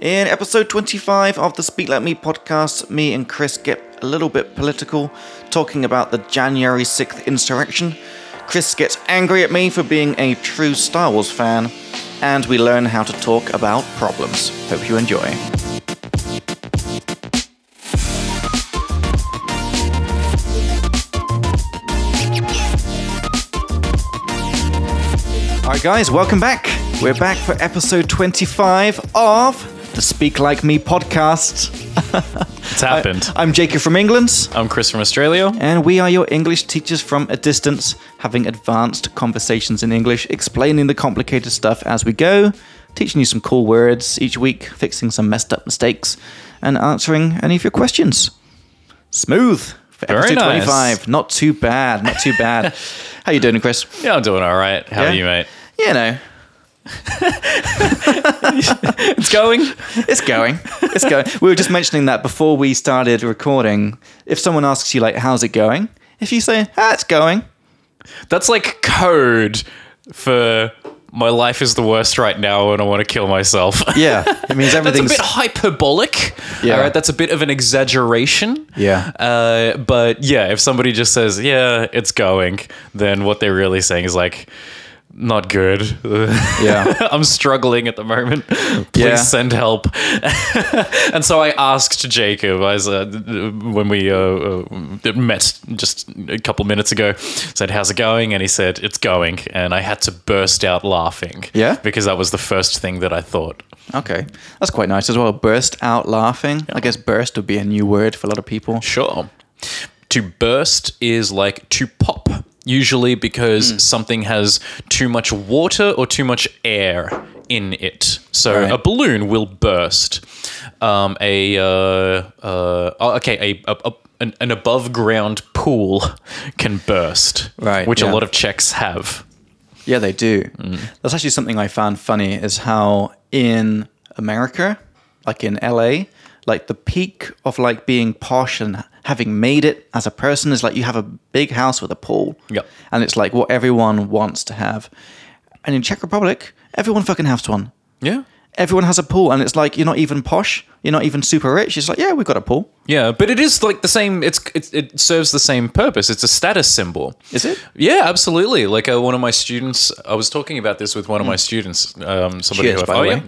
In episode 25 of the Speak Like Me podcast, me and Chris get a little bit political, talking about the January 6th insurrection. Chris gets angry at me for being a true Star Wars fan, and we learn how to talk about problems. Hope you enjoy. All right, guys, welcome back. We're back for episode 25 of the Speak Like Me podcast. It's happened. I, I'm Jacob from England, am Chris from Australia. and we are your English teachers from a distance, having advanced conversations in English, explaining the complicated stuff as we go, teaching you some cool words each week, fixing some messed up mistakes, and answering any of your questions. Smooth for Very episode nice. 25. Not too bad, not too bad. How you doing, Chris? Yeah, I'm doing all right. How Yeah? are you, mate? You know, It's going. It's going. It's going. We were just mentioning that before we started recording. If someone asks you, like, how's it going? If you say, ah, it's going, That's like code for my life is the worst right now and I want to kill myself. yeah, it means That's a everything's. bit hyperbolic. Yeah. All right. That's a bit of an exaggeration. Yeah. Uh, but yeah, if somebody just says, yeah, it's going, then what they're really saying is like, not good. yeah. I'm struggling at the moment. Please Yeah. send help. and so I asked Jacob as uh, when we uh, uh, met just a couple minutes ago, said, "How's it going?" And he said, "It's going." And I had to burst out laughing. Yeah? because that was the first thing that I thought. Okay. That's quite nice as well. Burst out laughing. I guess burst would be a new word for a lot of people. Sure. To burst is like to pop, usually because something has too much water or too much air in it. So Right. a balloon will burst. Um, a uh, uh, oh, okay, a, a, a an, an above ground pool can burst, Right, Which yeah. a lot of Czechs have. Yeah, they do. That's actually something I found funny is how in America, like in LA, like the peak of like being posh and having made it as a person is like you have a big house with a pool. Yep. And it's like what everyone wants to have. And in Czech Republic, everyone fucking has one. Yeah. Everyone has a pool and it's like you're not even posh, you're not even super rich. It's like, yeah, we've got a pool. Yeah, but it is like the same. It's it, it serves the same purpose. It's a status symbol. Is it? Yeah, absolutely. Like uh, one of my students, I was talking about this with one of my students. Um, somebody Cheers, Mm. who, by oh, the way. yeah,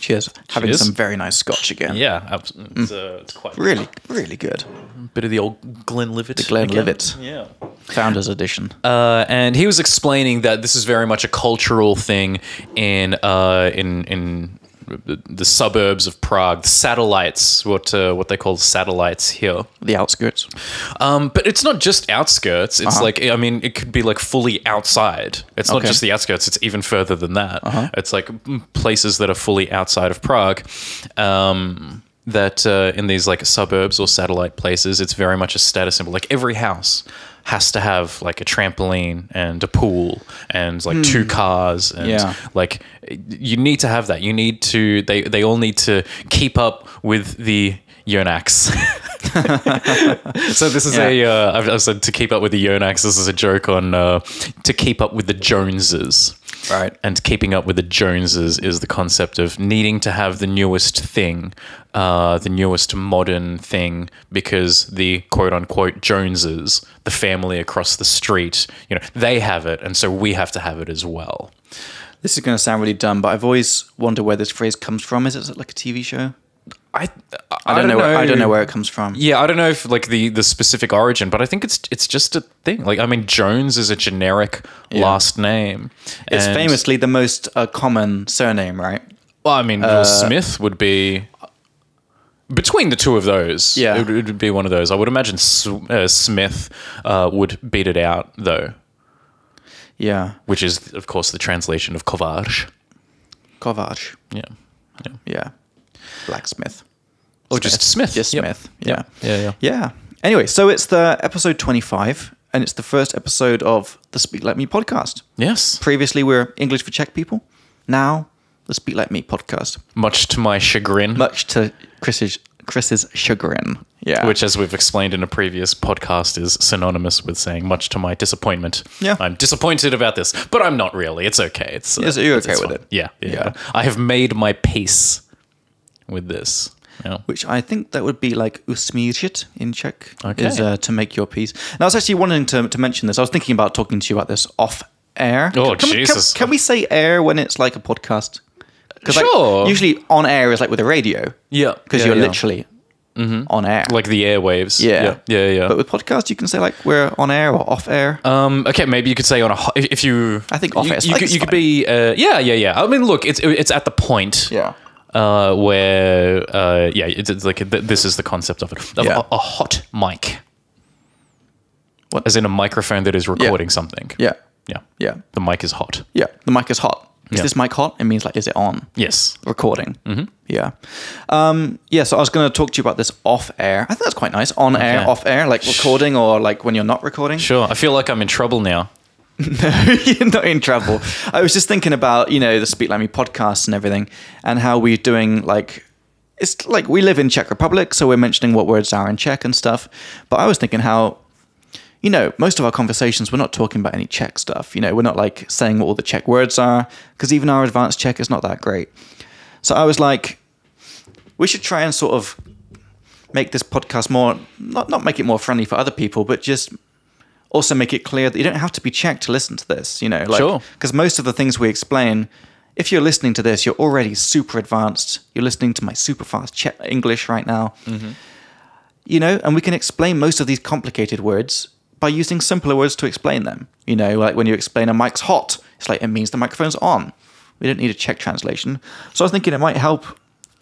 Cheers. Having Cheers. some very nice scotch again. yeah, abs- it's, uh, it's quite Mm. Really, really good. a bit of the old Glenlivet. The Glenlivet. Yeah. Founders edition. Uh, and he was explaining that this is very much a cultural thing in uh, in in the the suburbs of Prague, the satellites, what uh, what they call satellites here. the outskirts. Um, but it's not just outskirts. It's Uh-huh. like I mean, it could be like fully outside. It's not Okay. Uh-huh. just the outskirts. It's even further than that. It's like mm, places that are fully outside of Prague. Um, that uh, in these like suburbs or satellite places, it's very much a status symbol. Like every house has to have like a trampoline and a pool and like Hmm. two cars and Yeah. like you need to have that. You need to. They they all need to keep up with the Yonax. So this is Yeah. a uh, I've, I've said to keep up with the Yonax. This is a joke on uh, to keep up with the Joneses. Right. And keeping up with the Joneses is the concept of needing to have the newest thing, uh, the newest modern thing, because the quote unquote Joneses, the family across the street, you know, they have it, and so we have to have it as well. This is going to sound really dumb, but I've always wondered where this phrase comes from. Is it like a TV show? I I, I don't, know. Where, I don't know where it comes from. Yeah, I don't know if like the the specific origin, but I think it's it's just a thing. Like I mean, Jones is a generic last name. It's and- famously the most uh, common surname, right? Well, I mean, uh, Will Smith would be between the two of those. Yeah. it, would- it would be one of those. I would imagine S- uh, Smith uh, would beat it out though, Yeah, which is of course the translation of Kovarj. Kovac. Yeah, Yeah, blacksmith. or just Smith. Just Yep. Smith. Yeah. Yeah, yeah. Yeah. Anyway, so it's the episode twenty-five, and it's the first episode of the Speak Like Me podcast. Yes. Previously, we were English for Czech people. Now, the Speak Like Me podcast. Much to my chagrin. Much to Chris's Chris's chagrin. Yeah. which, as we've explained in a previous podcast, is synonymous with saying "much to my disappointment." Yeah. I'm disappointed about this, but I'm not really. It's okay. It's uh, Yes, you're it's- okay it's with it. fine. Yeah, yeah, Yeah. I have made my peace with this. Yeah. which I think that would be like usmírjit in Czech, Okay. is uh, to make your peace. And I was actually wanting to, to mention this. I was thinking about talking to you about this off air. Oh, Can- can, we- can- Jesus. Can, we say air when it's like a podcast? 'Cause, like, Sure. usually on air is like with a radio Yeah, because yeah, you're yeah. Mm-hmm. literally on air. like the airwaves. yeah. yeah, yeah. yeah. But with podcast, you can say like we're on air or off air. Um, okay, maybe you could say on a ho- if if you. I think you- off air, You, like, could, it's you could fine. be. Uh, yeah, yeah, yeah. I mean, look, it's it's at the point. Yeah. Uh, where uh, yeah, it's, it's like th- this is the concept of it. Of Yeah. a, a hot mic. What? As in a microphone that is recording something. yeah, Yeah. yeah, The mic is hot. yeah. The mic is hot. Is Yeah. this mic hot? It means like, is it on? Yes. recording. Mm-hmm. Yeah. Um, yeah. So I was going to talk to you about this off air. I think that's quite nice. On air, Okay. off air, like recording or like when you're not recording. Sure. I feel like I'm in trouble now. you're not in trouble. I was just thinking about, you know, the Speak Like Me podcast and everything and how we're doing like. It's like we live in Czech Republic, so we're mentioning what words are in Czech and stuff. But I was thinking how, you know, most of our conversations, we're not talking about any Czech stuff. You know, we're not like saying what all the Czech words are, because even our advanced Czech is not that great. So I was like, we should try and sort of make this podcast more, not, not make it more friendly for other people, but just also make it clear that you don't have to be checked to listen to this, you know, like, Sure. because most of the things we explain, if you're listening to this, you're already super advanced. You're listening to my super fast Czech English right now, you know, and we can explain most of these complicated words by using simpler words to explain them. You know, like when you explain a mic's hot, it's like it means the microphone's on. We don't need a Czech translation. So I was thinking it might help.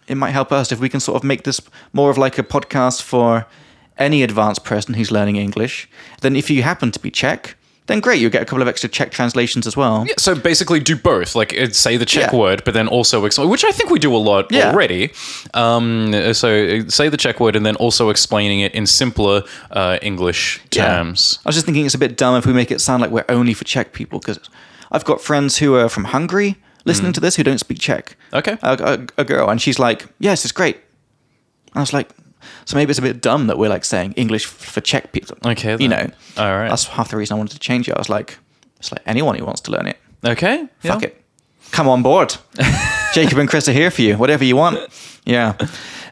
It might help us if we can sort of make this more of like a podcast for any advanced person who's learning English. Then, if you happen to be Czech, then great, you get a couple of extra Czech translations as well. Yeah, so basically, do both. Like, uh, say the Czech Yeah. word, but then also explain, which I think we do a lot Yeah. already. Um, uh, so uh, say the Czech word, and then also explaining it in simpler uh, English Yeah. terms. I was just thinking it's a bit dumb if we make it sound like we're only for Czech people because I've got friends who are from Hungary listening to this who don't speak Czech. Okay. A, a, a girl, and she's like, "Yes, it's great." And I was like, "So maybe it's a bit dumb that we're like saying English f- for Czech people." Okay, you know, then. All right. That's half the reason I wanted to change it. I was like, "It's like anyone who wants to learn it, Okay. yeah. fuck it, come on board." Jacob and Chris are here for you. Whatever you want. Yeah.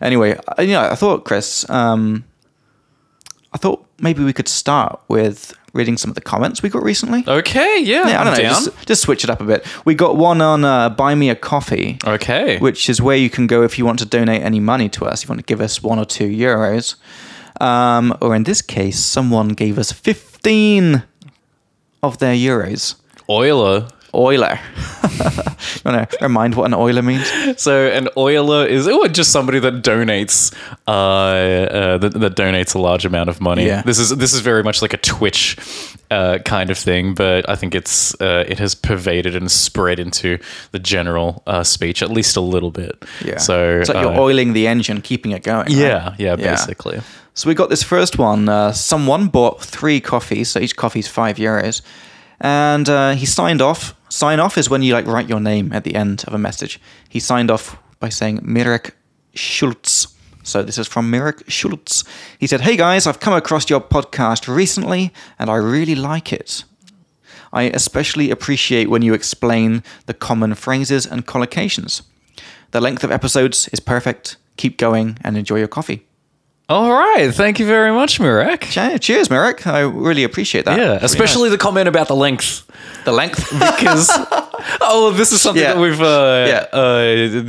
Anyway, I, you know, I thought Chris, um, I thought maybe we could start with reading some of the comments we got recently. Okay. Yeah, Yeah. I Oh, I'm don't know. down. Just, just switch it up a bit. We got one on uh, Buy Me a Coffee, okay. which is where you can go if you want to donate any money to us. If you want to give us one or two euros, um, or in this case, someone gave us fifteen of their euros. Euler. Euler. no, no. Remind what an Euler means. So an oiler is oh, just somebody that donates, uh, uh, that, that donates a large amount of money. Yeah. This is this is very much like a Twitch uh, kind of thing, but I think it's uh, it has pervaded and spread into the general uh, speech at least a little bit. Yeah. So it's like you're uh, oiling the engine, keeping it going. right? yeah, Yeah. yeah, basically. So we got this first one. Uh, someone bought three coffees, so each coffee's five euros, and uh, he signed off. Sign off is when you like write your name at the end of a message. He signed off by saying Mirek Schultz. So this is from Mirek Schultz. He said, "Hey guys, I've come across your podcast recently, and I really like it." I especially appreciate when you explain the common phrases and collocations. The length of episodes is perfect. Keep going and enjoy your coffee. All right, thank you very much, Marek. Yeah, cheers, Merrick. I really appreciate that. Yeah, Really especially the comment about the length. nice. the length. because oh, this is something Yeah. that we've uh,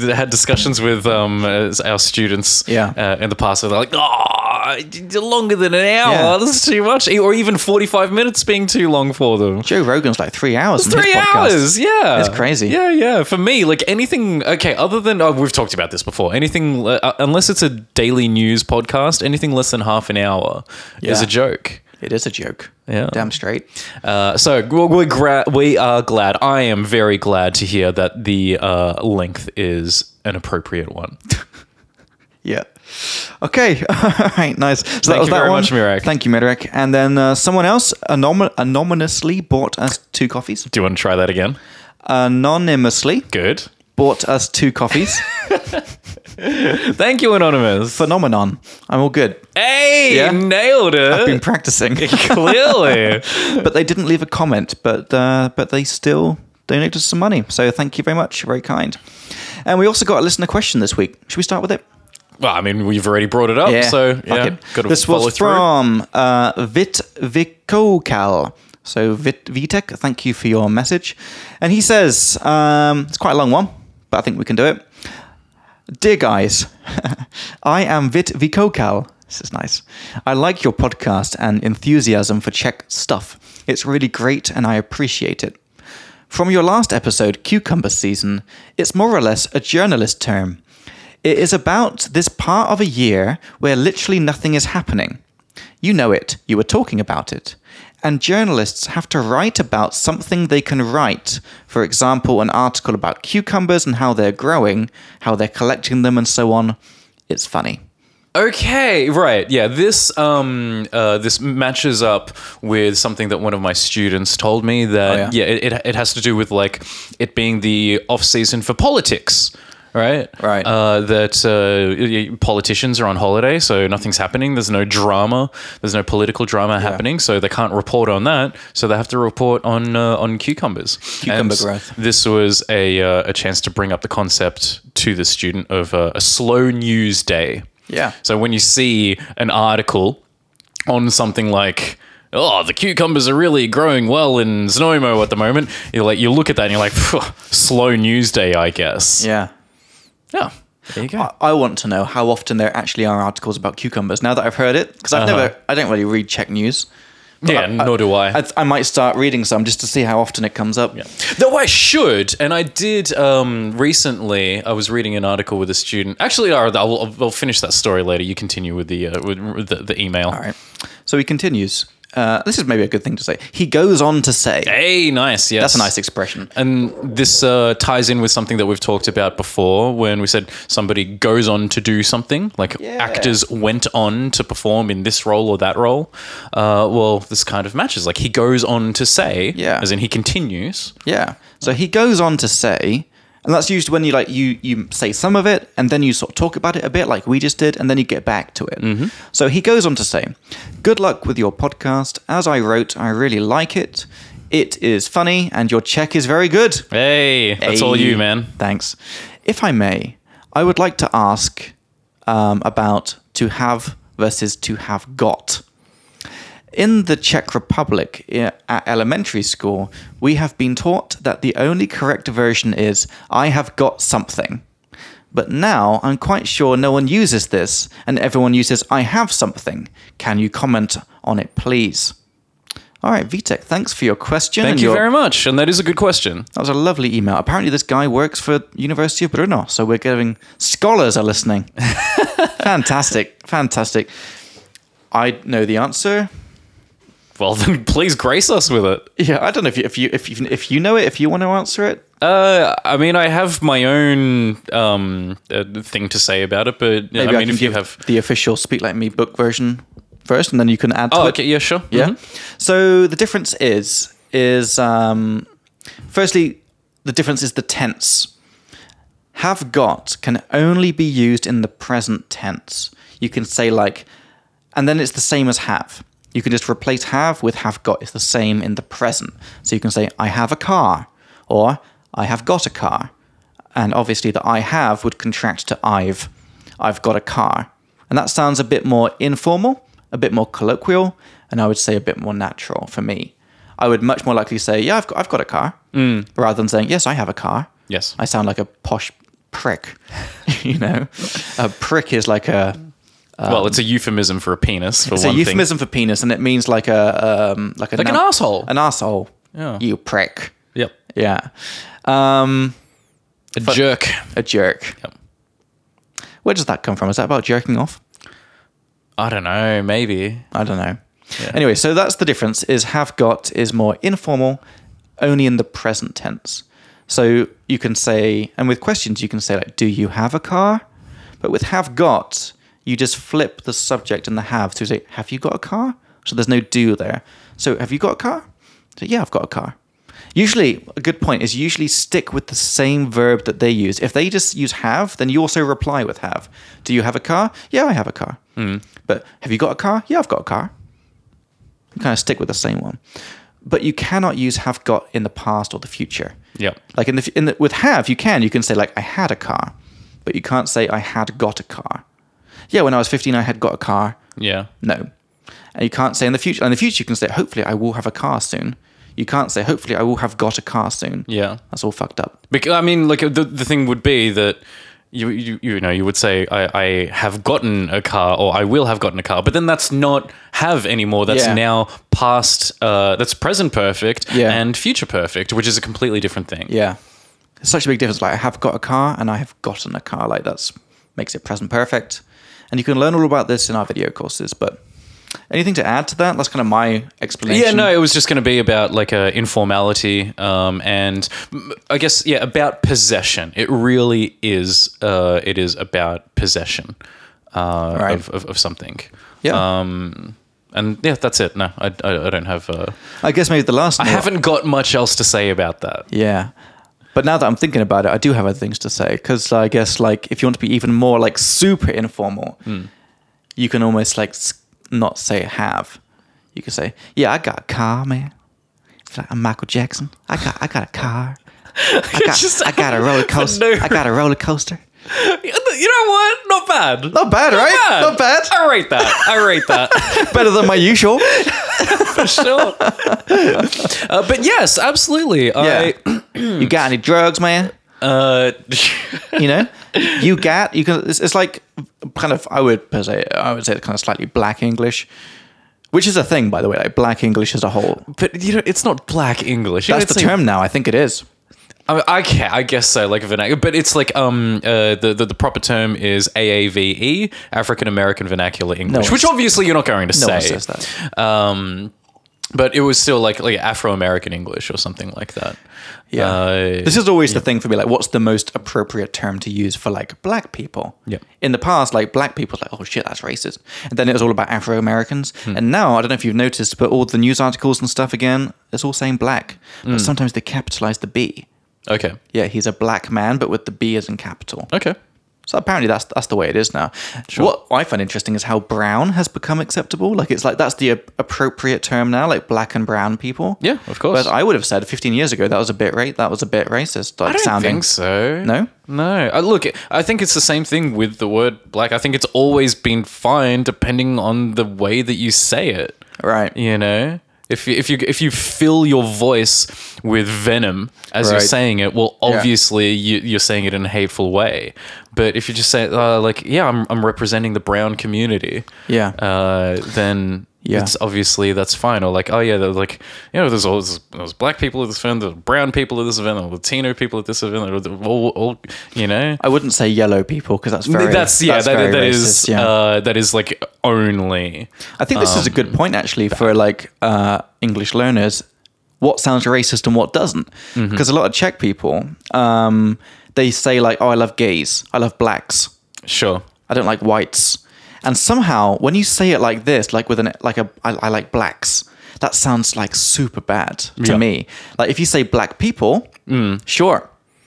Yeah. uh, had discussions with um, as our students Yeah. uh, in the past. They're like, oh, it's longer than an hour. Yeah. This is too much, or even forty-five minutes being too long for them. Joe Rogan's like three hours. on his Three podcast. hours, yeah, It's crazy. Yeah, yeah. For me, like anything, okay. Other than oh, we've talked about this before. Anything, uh, unless it's a daily news podcast, anything less than half an hour is Yeah. a joke. It is a joke. Yeah. Damn straight. Uh, so we're, we're gra- we are glad. I am very glad to hear that the uh, length is an appropriate one. Yeah. Okay. All right. Nice. So that you was that very one. much, Mirek. Thank you, Mirek. And then uh, someone else anom- anonymously bought us two coffees. Do you want to try that again? Anonymously Good. bought us two coffees. Thank you, anonymous. Phenomenon. I'm all good. Hey, Yeah. nailed it. I've been practicing, Clearly. but they didn't leave a comment. But uh, but they still donated some money. So thank you very much. Very kind. And we also got a listener question this week. Should we start with it? Well, I mean, we've already brought it up, so fuck yeah, it. gotta This follow was through. from uh, Vit Vikokal. So Vit Vitek, thank you for your message. And he says um, it's quite a long one, but I think we can do it. Dear guys, I am Vit Vikokal. This is nice. I like your podcast and enthusiasm for Czech stuff. It's really great, and I appreciate it. From your last episode, Cucumber Season, it's more or less a journalist term. It is about this part of a year where literally nothing is happening. You know it, you were talking about it. And journalists have to write about something they can write. For example, an article about cucumbers and how they're growing, how they're collecting them, and so on. It's funny. Okay, right, yeah. This um, uh, this matches up with something that one of my students told me that Oh, yeah, yeah. it, it, it has to do with like it being the off season for politics. Right, Right. Uh, that uh, y- y- politicians are on holiday, so nothing's happening. There's no drama. There's no political drama happening, so they can't report on that. So they have to report on uh, on cucumbers. Cucumber growth. This was a uh, a chance to bring up the concept to the student of uh, a slow news day. Yeah. So when you see an article on something like Oh, the cucumbers are really growing well in Znomo at the moment. You like you look at that and you're like, "Phew, slow news day, I guess. Yeah. Yeah. There you go. I- I want to know how often there actually are articles about cucumbers now that I've heard it, because I've never, I don't really read Czech news. yeah, nor do I. I, I might start reading some just to see how often it comes up. Though I should, and I did um, recently. I was reading an article with a student. Actually, I'll, I'll, I'll finish that story later. You continue with the uh, with, with the, the email. All right. So he continues. Uh, this is maybe a good thing to say. He goes on to say. Hey, nice. Yes, That's a nice expression. And this uh, ties in with something that we've talked about before when we said somebody goes on to do something, like Yeah. actors went on to perform in this role or that role. Uh, well, this kind of matches. Like he goes on to say, Yeah. as in he continues. Yeah. So he goes on to say, and that's used when you like you you say some of it and then you sort of talk about it a bit like we just did and then you get back to it. So he goes on to say, "Good luck with your podcast. As I wrote, I really like it. It is funny and your check is very good." Hey, that's all Hey. you, man. Thanks. If I may, I would like to ask um, about to have versus to have got. In the Czech Republic, i- at elementary school, we have been taught that the only correct version is I have got something. But now I'm quite sure no one uses this and everyone uses I have something. Can you comment on it, please? All right, Vitek, thanks for your question. Thank and you your- very much. And that is a good question. that was a lovely email. Apparently, this guy works for University of Brno, so we're giving scholars are listening. fantastic, fantastic. I know the answer. Well, then please grace us with it. Yeah, I don't know if you if you if you, if you know it, if you want to answer it. Uh, I mean, I have my own um, uh, thing to say about it, but yeah, I Maybe I, mean, can if you give have. the official "Speak Like Me" book version first, and then you can add. To Oh, it. okay. Yeah, sure. Yeah. Mhm. So the difference is is um, firstly the difference is the tense. Have got can only be used in the present tense. You can say like, and then it's the same as have. You can just replace have with have got. It's the same in the present. So you can say I have a car or I have got a car, and obviously the I have would contract to I've. I've got a car. And that sounds a bit more informal, a bit more colloquial, and I would say a bit more natural for me. I would much more likely say, Yeah, I've got, I've got a car, rather than saying, Yes, I have a car. Yes. I sound like a posh prick. you know, a prick is like a. Mm-hmm. well, it's a euphemism for a penis. For It's one a euphemism for penis, and it means like a um, like, a Thing. Like an noun- asshole. An asshole. Yeah. You prick. yep. Yeah. Um, A jerk. a jerk. Yep. Where does that come from? Is that about jerking off? I don't know. Maybe. I don't know. Anyway, so that's the difference is have got is more informal, only in the present tense. So you can say, and with questions, you can say, like, do you have a car? But with have got, you just flip the subject and the have. So you say, have you got a car? So there's no do there. So have you got a car? So yeah, I've got a car. Usually, a good point is usually stick with the same verb that they use. If they just use have, then you also reply with have. Do you have a car? Yeah, I have a car. But have you got a car? Yeah, I've got a car. You kind of stick with the same one. but you cannot use have got in the past or the future. Yep. Like in the, f- in the with have, you can. You can say like I had a car, but you can't say I had got a car. Yeah, when I was 15, I had got a car. Yeah. No. And you can't say in the future. In the future, you can say hopefully I will have a car soon. You can't say hopefully I will have got a car soon. Yeah. That's all fucked up. Because I mean, like the the thing would be that you you, you know you would say I, I have gotten a car or I will have gotten a car, but then that's not have anymore. That's Yeah. now past. Uh, that's present perfect Yeah. and future perfect, which is a completely different thing. Yeah. It's such a big difference. Like I have got a car and I have gotten a car. Like that's makes it present perfect. And you can learn all about this in our video courses, but anything to add to that? That's kind of my explanation. Yeah, no, it was just going to be about like a informality, um, and mm, I guess yeah, about possession. It really is. Uh, it is about possession uh, Right. of, of of something. Yeah. Um, and yeah, that's it. No, I, I, I don't have. Uh, I guess maybe the last I haven't got much else to say about that. Yeah. But now that I'm thinking about it, I do have other things to say because I guess like if you want to be even more like super informal, you can almost like s- not say have. You can say, "Yeah, I got a car, man. It's like I'm Michael Jackson. I got I got a car. I got Just- I got a roller coaster. no- I got a roller coaster. You know what? Not bad. Not bad, right? Not bad. I rate that. I rate that Better than my usual. for sure. Uh, but yes, absolutely. Yeah. I, you got any drugs, man? uh, you know you got you can it's, it's like kind of i would per se i would say kind of slightly black english which is a thing by the way like black english as a whole but you know, it's not black English. You know, that's the it's like- term now i think it is I, mean, I ca- I guess so, like vernacular. But it's like um uh, the, the the proper term is AAVE, African American E, Vernacular English, one which s- obviously you're not going to no say. one says that Um, but it was still like like Afro American English or something like that. yeah Uh, this is always the thing for me like what's the most appropriate term to use for like black people Yeah. in the past like black people like oh shit that's racist and then it was all about afro-americans Hmm. and now i don't know if you've noticed but all the news articles and stuff again it's all saying black Hmm. but sometimes they capitalize the b okay. yeah he's a black man but with the b as in capital Okay. So apparently that's that's the way it is now. What I find interesting is how brown has become acceptable. Like it's like that's the a- appropriate term now, like black and brown people. Yeah, of course. But I would have said 15 years ago that was a bit right. That was a bit racist. Like I don't sounding. think so. No? No. Uh, look, I think it's the same thing with the word black. I think it's always been fine depending on the way that you say it. Right. You know? If you, if you if you fill your voice with venom as you're Right. saying it, well, Yeah. obviously you, you're saying it in a hateful way. But if you just say uh, like, yeah, I'm, I'm representing the brown community, Yeah. uh, then Yeah. it's obviously that's fine. Or like, oh yeah, they're like you know, there's always there's black people at this event, there's brown people at this event, there's Latino people at this event, there's all, all you know. I wouldn't say yellow people because that's very that's yeah, that, very that racist, is uh, um, that is like only I think this is a good point actually for like uh, English learners. What sounds racist and what doesn't? Mm-hmm. Because a lot of Czech people, um, they say like, "Oh, I love gays. I love blacks. sure. I don't like whites." And somehow, when you say it like this, like with an like a, I, I like blacks. That sounds like super bad to Yeah. Mm. me. Like if you say black people, sure,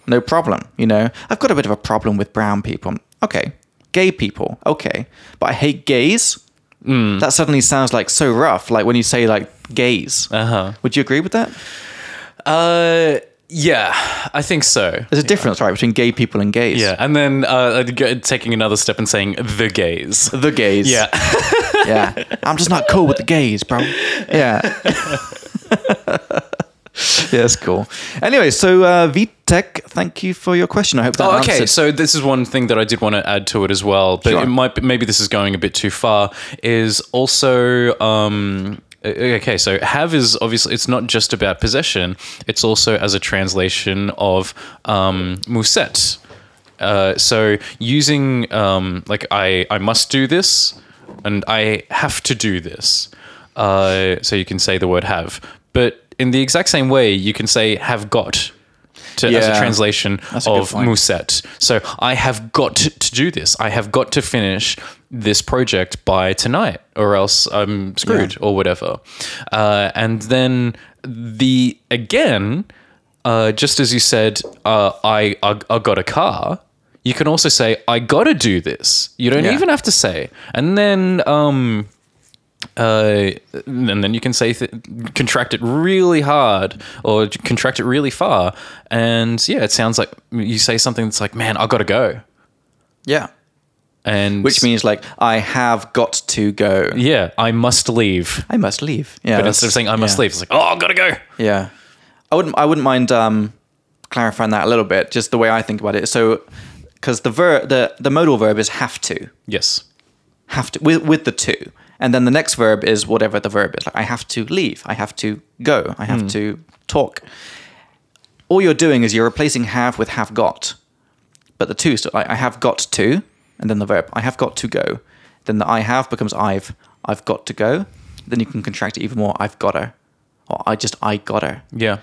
no problem. You know, I've got a bit of a problem with brown people. Okay, gay people. Okay, but I hate gays Mm. that suddenly sounds like so rough. Like when you say like gays, Uh-huh. would you agree with that? Uh, yeah, I think so. There's a difference, right, between gay people and gays. Yeah, and then uh, I'd go- taking another step and saying the gays. the gays. Yeah, yeah. I'm just not cool with the gays, bro. Yeah. yeah, that's cool. Anyway, so uh, VTech, thank you for your question. I hope that Oh, okay. answered. So this is one thing that I did want to add to it as well, but Sure. it might be, maybe this is going a bit too far. Is also um, o- okay. So have is obviously it's not just about possession. It's also as a translation of um, muset. Uh, so using um, like I I must do this and I have to do this. Uh, so you can say the word have, but in the exact same way you can say have got. To, As a Yeah. translation a good of point. Muset. So I have got to do this. I have got to finish this project by tonight, or else I'm screwed, or whatever. Uh, and then the again, uh, just as you said, uh, I, I I got a car. You can also say I gotta do this. You don't Yeah. even have to say. And then um, uh, and then you can say th- contract it really hard or j- contract it really far, and yeah, it sounds like you say something that's like, "Man, I gotta go," Yeah. and Which means like I have got to go. yeah, I must leave. I must leave. Yeah. but instead that's- of saying I must yeah. leave, it's like, "Oh, I gotta go." Yeah. I wouldn't I wouldn't mind um clarifying that a little bit, just the way I think about it. So because the ver the, the modal verb is have to. Yes, have to with, with the two and then the next verb is whatever the verb is like i have to leave i have to go i have to talk all you're doing is you're replacing have with have got but the two so like, i have got to and then the verb i have got to go then the i have becomes i've i've got to go then you can contract it even more i've got her or i just i got her yeah,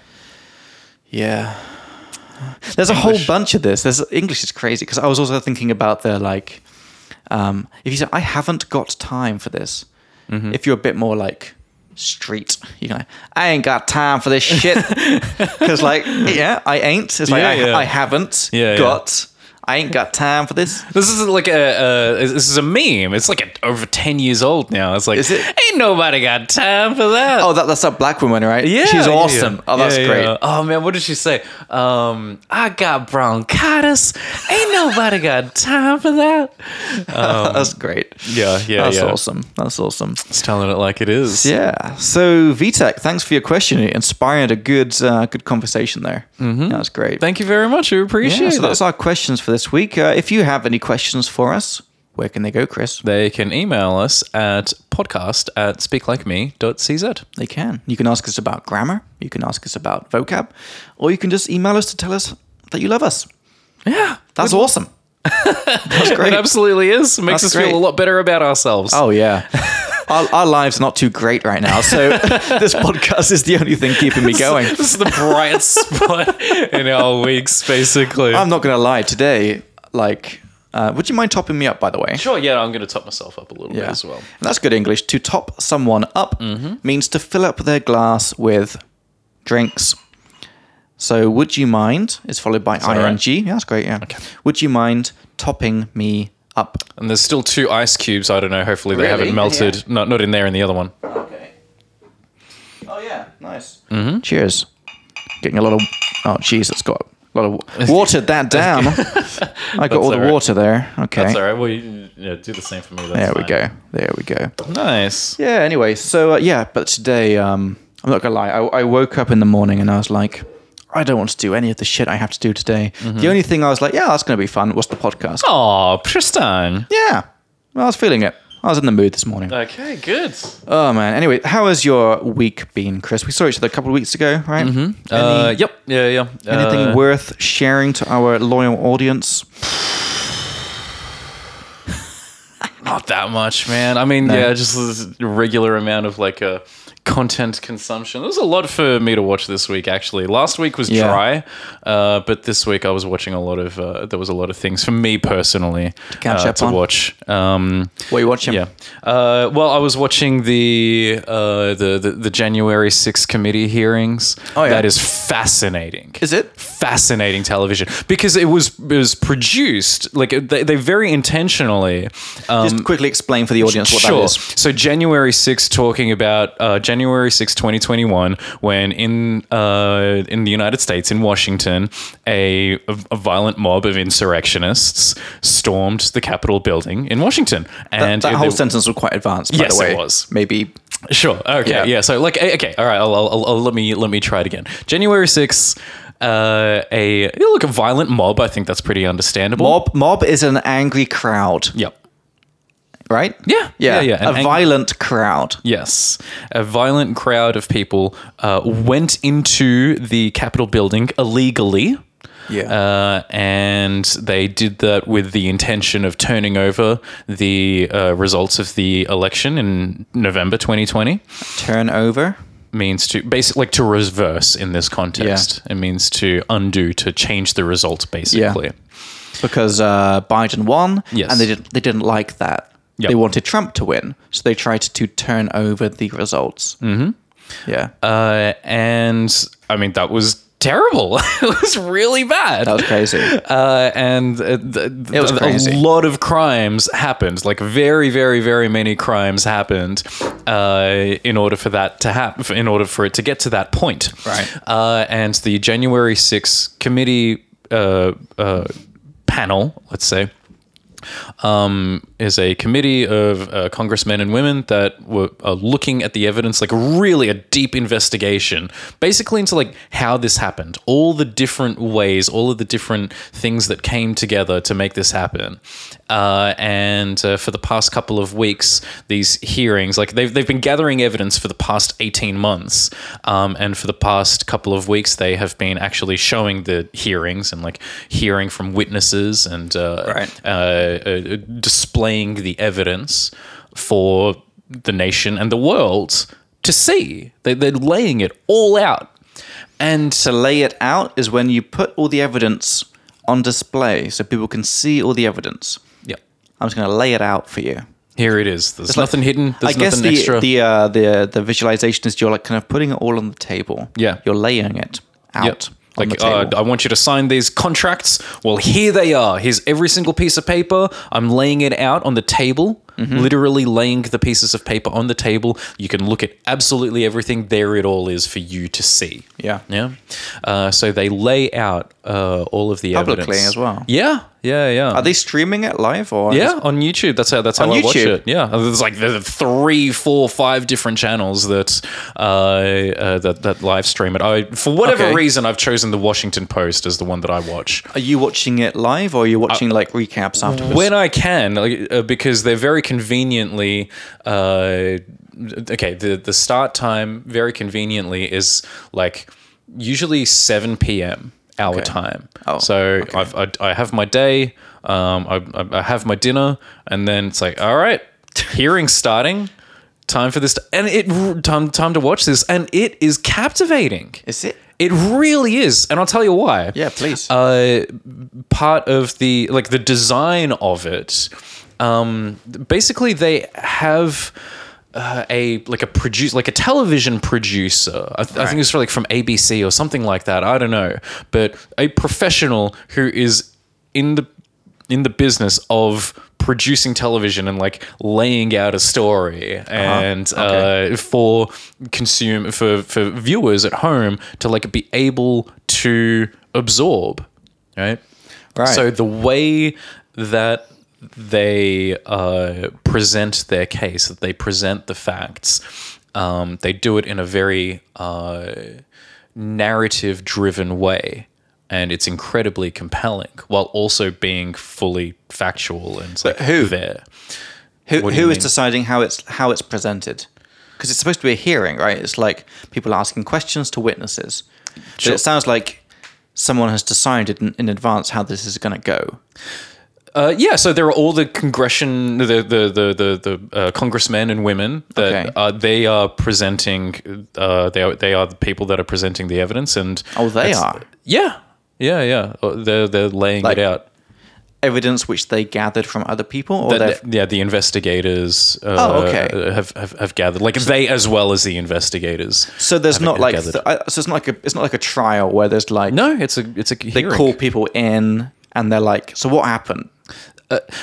yeah. There's a whole bunch of this. There's English is crazy because I was also thinking about the like, um, if you say I haven't got time for this, Mm-hmm. if you're a bit more like street, you know, I ain't got time for this shit because like yeah, I ain't. It's like Yeah, I, yeah. I haven't Yeah, yeah. got. I ain't got time for this. This is like a, a this is a meme. It's like a, over ten years old now. It's like Is it? ain't nobody got time for that. Oh, that, that's that black woman, right? yeah, she's yeah, awesome. yeah. Oh, that's Yeah, great. yeah. Oh man, what did she say? Um, I got bronchitis. Ain't nobody got time for that. that's great. Yeah, um, yeah, that's yeah. awesome. That's awesome. It's telling it like it is. Yeah. So Vitek, thanks for your question. It inspired a good uh, good conversation there. Mm-hmm. That was great. Thank you very much. We appreciate yeah, so it. that's our questions for this week. Uh, if you have any questions for us, where can they go, Chris? they can email us at podcast at speaklikeme.cz. They can. You can ask us about grammar. You can ask us about vocab, or you can just email us to tell us that you love us. Yeah. That's awesome. that's great. It absolutely is. It makes That's us great. feel a lot better about ourselves. Oh yeah. Our, our lives are not too great right now, so this podcast is the only thing keeping me going. This is the bright spot in our weeks, basically. I'm not gonna lie. Today, like, uh, would you mind topping me up? By the way, sure, yeah, I'm going to top myself up a little bit Yeah. as well. Mm-hmm. And that's good English. To top someone up means to fill up their glass with drinks. So, would you mind is followed by that right? ing. Yeah, that's great. Yeah. Would you mind topping me up? And there's still two ice cubes. I don't know. Hopefully they Really? haven't melted. Not not in there in the other one. Okay. Oh, yeah. Nice. Mm-hmm. Cheers. Getting a lot of. Oh, jeez, it's got a lot of. Watered that down. I got all the all right. water there. Okay. That's all right. Well, you, yeah, do the same for me. There That's we go. There we go. go. Nice. Yeah, anyway, so uh, yeah, but today, um, I'm not gonna lie, I, I woke up in the morning and I was like, I don't want to do any of the shit I have to do today. Mm-hmm. The only thing I was like, yeah, that's gonna be fun was the podcast. Oh, Tristan. Yeah, I was feeling it. I was in the mood this morning. Okay, good. oh man. Anyway, how has your week been, Chris? We saw each other a couple of weeks ago, right? Mm-hmm. Uh, yep. Yeah, yeah. Anything Uh, worth sharing to our loyal audience? Not that much, man. I mean, yeah, just this regular amount of like uh, content consumption. There was a lot for me to watch this week, actually. Last week was Yeah. dry, uh, but this week I was watching a lot of. Uh, there was a lot of things for me personally to catch uh, up to on? watch. Um, What are you watching? Yeah. Uh, well, I was watching the, uh, the the the January 6th committee hearings. Oh, yeah. That is fascinating. Is it? Fascinating television because it was it was produced like they, they very intentionally. Um, Just quickly explain for the audience what sure. that is. So January 6th, talking about uh, January 6th, 2021, when in uh, in the United States, in Washington, a, a violent mob of insurrectionists stormed the Capitol building in Washington. And that it- whole it- sentence was quite advanced, by Yes, the it way. was. Maybe Sure. Okay. Yeah. Yeah. So like, eh, okay. All right. I'll, I'll, I'll- let me let me try it again. January sixth. Uh, a you know, look a violent mob. I think that's pretty understandable. mob mob is an angry crowd. Yep. right? Yeah, yeah, yeah, yeah, A an ang- violent crowd. Yes. A violent crowd of people uh, went into the Capitol building illegally. Yeah, Uh, and they did that with the intention of turning over the uh, results of the election in November 2020. turn over. means to basically like to reverse in this context. It means to undo, to change the results, basically. because uh, Biden won, Yes. and they didn't they didn't like that. Yep. They wanted Trump to win, so they tried to turn over the results. Mm-hmm. Yeah, Uh, and Uh, I mean that was terrible. it was really bad. That was crazy. Uh, and uh, th- th- was a crazy. lot of crimes happened. Like very, very, very many crimes happened uh, in order for that to happen. In order for it to get to that point, Right. Uh, and the January 6th committee uh, uh, panel, let's say. Um, is a committee of uh, congressmen and women that were are looking at the evidence, like really a deep investigation, basically into like how this happened, all the different ways, all of the different things that came together to make this happen. Uh, and uh, for the past couple of weeks, these hearings, like they've they've been gathering evidence for the past eighteen months, um, and for the past couple of weeks, they have been actually showing the hearings and like hearing from witnesses and uh, Right. uh, uh, displaying the evidence for the nation and the world to see. They, they're laying it all out. And uh, to lay it out is when you put all the evidence on display so people can see all the evidence. yeah, I'm just going to lay it out for you. here it is. There's nothing hidden. There's I guess nothing the extra. the uh, the the visualization is you're like kind of putting it all on the table. Yeah. you're laying it out Yep. on Like, the table. uh, I want you to sign these contracts. Well, here they are. Here's every single piece of paper. I'm laying it out on the table, Mm-hmm. literally laying the pieces of paper on the table. You can look at absolutely everything. There it all is for you to see. Yeah. Yeah. Uh, so they lay out uh, all of the Publicly evidence. as well. Yeah. Yeah. Yeah. Are they streaming it live or Yeah, on YouTube. That's how that's how On I watch YouTube? it. Yeah, there's like there's three, four, five different channels that uh, uh, that that live stream it. I for whatever Okay. reason I've chosen the Washington Post as the one that I watch. Are you watching it live or are you watching Uh, like recaps afterwards? When I can, like, uh, because they're very conveniently. Uh, okay, the the start time very conveniently is like usually seven p.m. our time. Oh, so I've, I I have my day. Um, I I- I have my dinner, and then it's like, all right, hearing starting. Time for this, to, and it time time to watch this, and it is captivating. Is it? It really is, and I'll tell you why Yeah, please. uh, part of the like the design of it. Um, basically, they have uh, a like a produce like a television producer. I, th- I think it's like from ABC or something like that. I don't know, but a professional who is in the in the business of producing television and like laying out a story and uh for consume for for viewers at home to like be able to absorb right Right. so the way that they uh, present their case that they present the facts um, they do it in a very uh, narrative driven way and it's incredibly compelling while also being fully factual and it's like who? there who what do you who is mean? deciding how it's how it's presented? Because it's supposed to be a hearing, right? It's like people asking questions to witnesses. But Sure. it sounds like someone has decided in, in advance how this is going to go. Uh, yeah, so there are all the congression, the the the the, the uh, congressmen and women that Okay. uh, they are presenting. Uh, they are they are the people that are presenting the evidence, and Oh, they it's- are Yeah, yeah, yeah. Uh, They're they're laying Like, it out. evidence which they gathered from other people, or That- they've yeah, the investigators. Uh, Oh, okay. Have, have have gathered like they as well as the investigators. So there's have not like gathered. th- I- so it's not like a it's not like a trial where there's like no, it's a it's a they hearing. call people in and they're like so what happened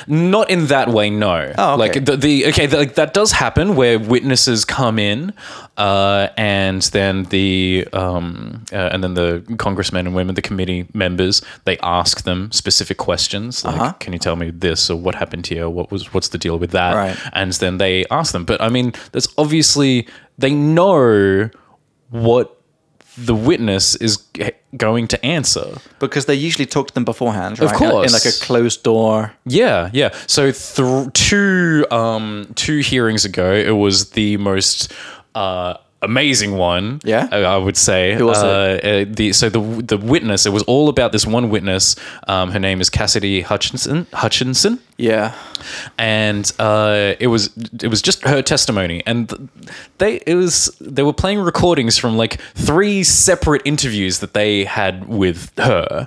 Not in that way, no. Oh, okay. Like the, the okay, the, like that does happen where witnesses come in, uh, and then the um, uh, and then the congressmen and women, the committee members, they ask them specific questions like, Uh-huh. "Can you tell me this or what happened here? What was what's the deal with that?" Right. And then they ask them. But I mean, that's obviously they know what the witness is g- going to answer. because they usually talk to them beforehand right? course. in like a closed door Yeah, yeah. So th- two um two hearings ago, it was the most uh amazing one. Yeah? I, I would say. Who was it? Uh, the so the the witness. It was all about this one witness. Um, her name is Cassidy Hutchinson. Hutchinson yeah and uh, it was it was just her testimony, and th- they it was they were playing recordings from like three separate interviews that they had with her,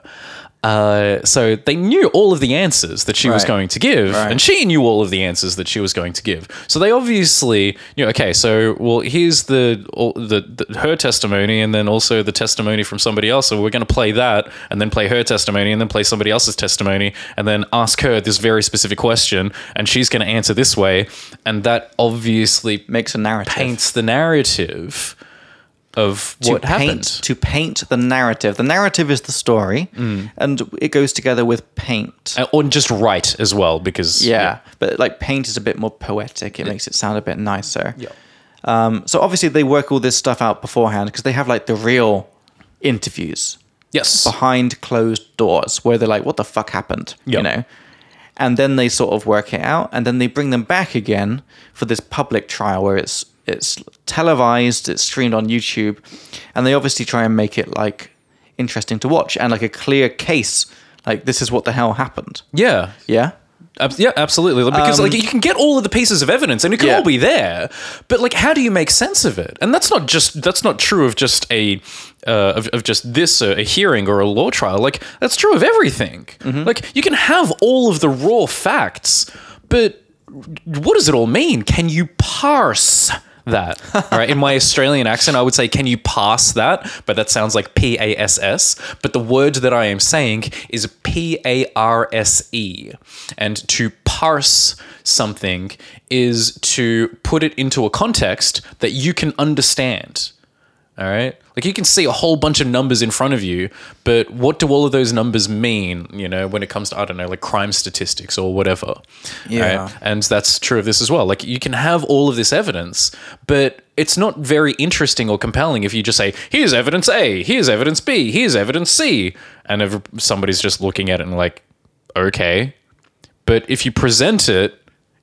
Uh, so they knew all of the answers that she was Right. going to give, Right. and she knew all of the answers that she was going to give. So they obviously knew. Okay, so well, here's the all, the, the her testimony, and then also the testimony from somebody else. So we're going to play that, and then play her testimony, and then play somebody else's testimony, and then ask her this very specific question, and she's going to answer this way, and that obviously Makes a narrative. paints the narrative of to what paint, happened. To paint the narrative. The narrative is the story, and it goes together with paint. Uh, Or just write as well, because yeah, but like paint is a bit more poetic. It makes it sound a bit nicer. Yeah. Um, so obviously they work all this stuff out beforehand because they have like the real interviews Yes. behind closed doors where they're like, "What the fuck happened?" Yeah. You know. And then they sort of work it out, and then they bring them back again for this public trial where it's it's televised, it's streamed on YouTube, and they obviously try and make it like interesting to watch and like a clear case, like this is what the hell happened. Yeah. Yeah. Ab- yeah, absolutely. Like, Because like you can get all of the pieces of evidence and it can Yeah. all be there, but like how do you make sense of it? And that's not just that's not true of just a uh, of, of just this uh, a hearing or a law trial. Like that's true of everything. Like you can have all of the raw facts, but what does it all mean? Can you parse that? All right. In my Australian accent, I would say, can you pass that? But that sounds like P A S S. But the word that I am saying is P A R S E. And to parse something is to put it into a context that you can understand. All right. Like you can see a whole bunch of numbers in front of you, but what do all of those numbers mean, you know, when it comes to, I don't know, like crime statistics or whatever? Yeah. And that's true of this as well. Like you can have all of this evidence, but it's not very interesting or compelling if you just say, here's evidence A, here's evidence B, here's evidence C. And if somebody's just looking at it and like, okay. But if you present it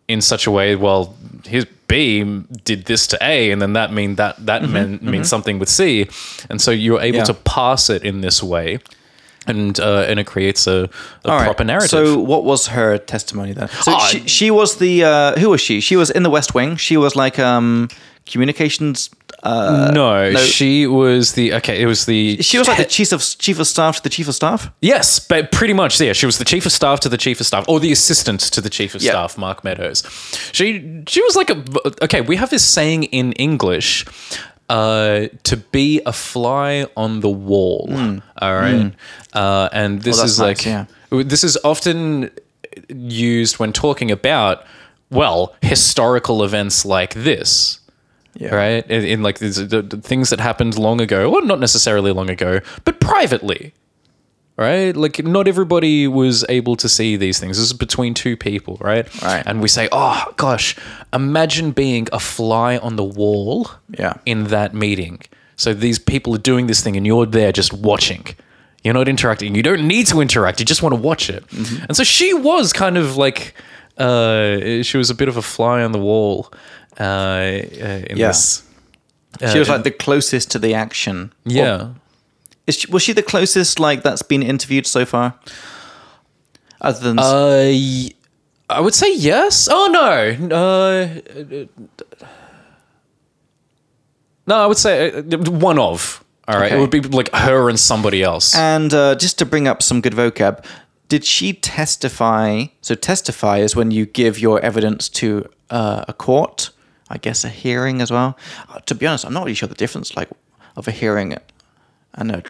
in such a way, well, here's B did this to A, and then that mean that that meant means something with C, and so you're Mm-hmm, able Yeah. to pass it in this way, and uh, and it creates a, a All right, proper narrative. So, what was her testimony then? So Ah, she, she was the uh, who was she? She was in the West Wing. She was like um, communications. Uh, no, no. she was the okay. It was the she was like the chief of chief of staff to the chief of staff. Yes, but pretty much, yeah. She was the chief of staff to the chief of staff, or the assistant to the chief of Yeah. staff, Mark Meadows. She she was like a okay. We have this saying in English, uh, to be a fly on the wall. All right, uh, and this Hmm. that's is like nice, yeah. this is often used when talking about well historical events like this Yeah. right? In, in like these, the, the things that happened long ago, or not necessarily long ago, but privately, right? Like not everybody was able to see these things. This is between two people, right? Right. And we say, oh gosh, imagine being a fly on the wall, Yeah. in that meeting. So these people are doing this thing, and you're there just watching. You're not interacting. You don't need to interact. You just want to watch it. Mm-hmm. And so she was kind of like, uh, she was a bit of a fly on the wall uh, uh, in Yeah. this. She was like the closest to the action. Yeah. Is she, was she the closest like that's been interviewed so far? Other than Uh, y- I would say yes. Oh no. Uh, no, I would say uh, one of. All right, Okay. it would be like her and somebody else. and uh, just to bring up some good vocab, did she testify? So testify is when you give your evidence to uh, a court, I guess a hearing as well. Uh, to be honest, I'm not really sure the difference, like of a hearing and a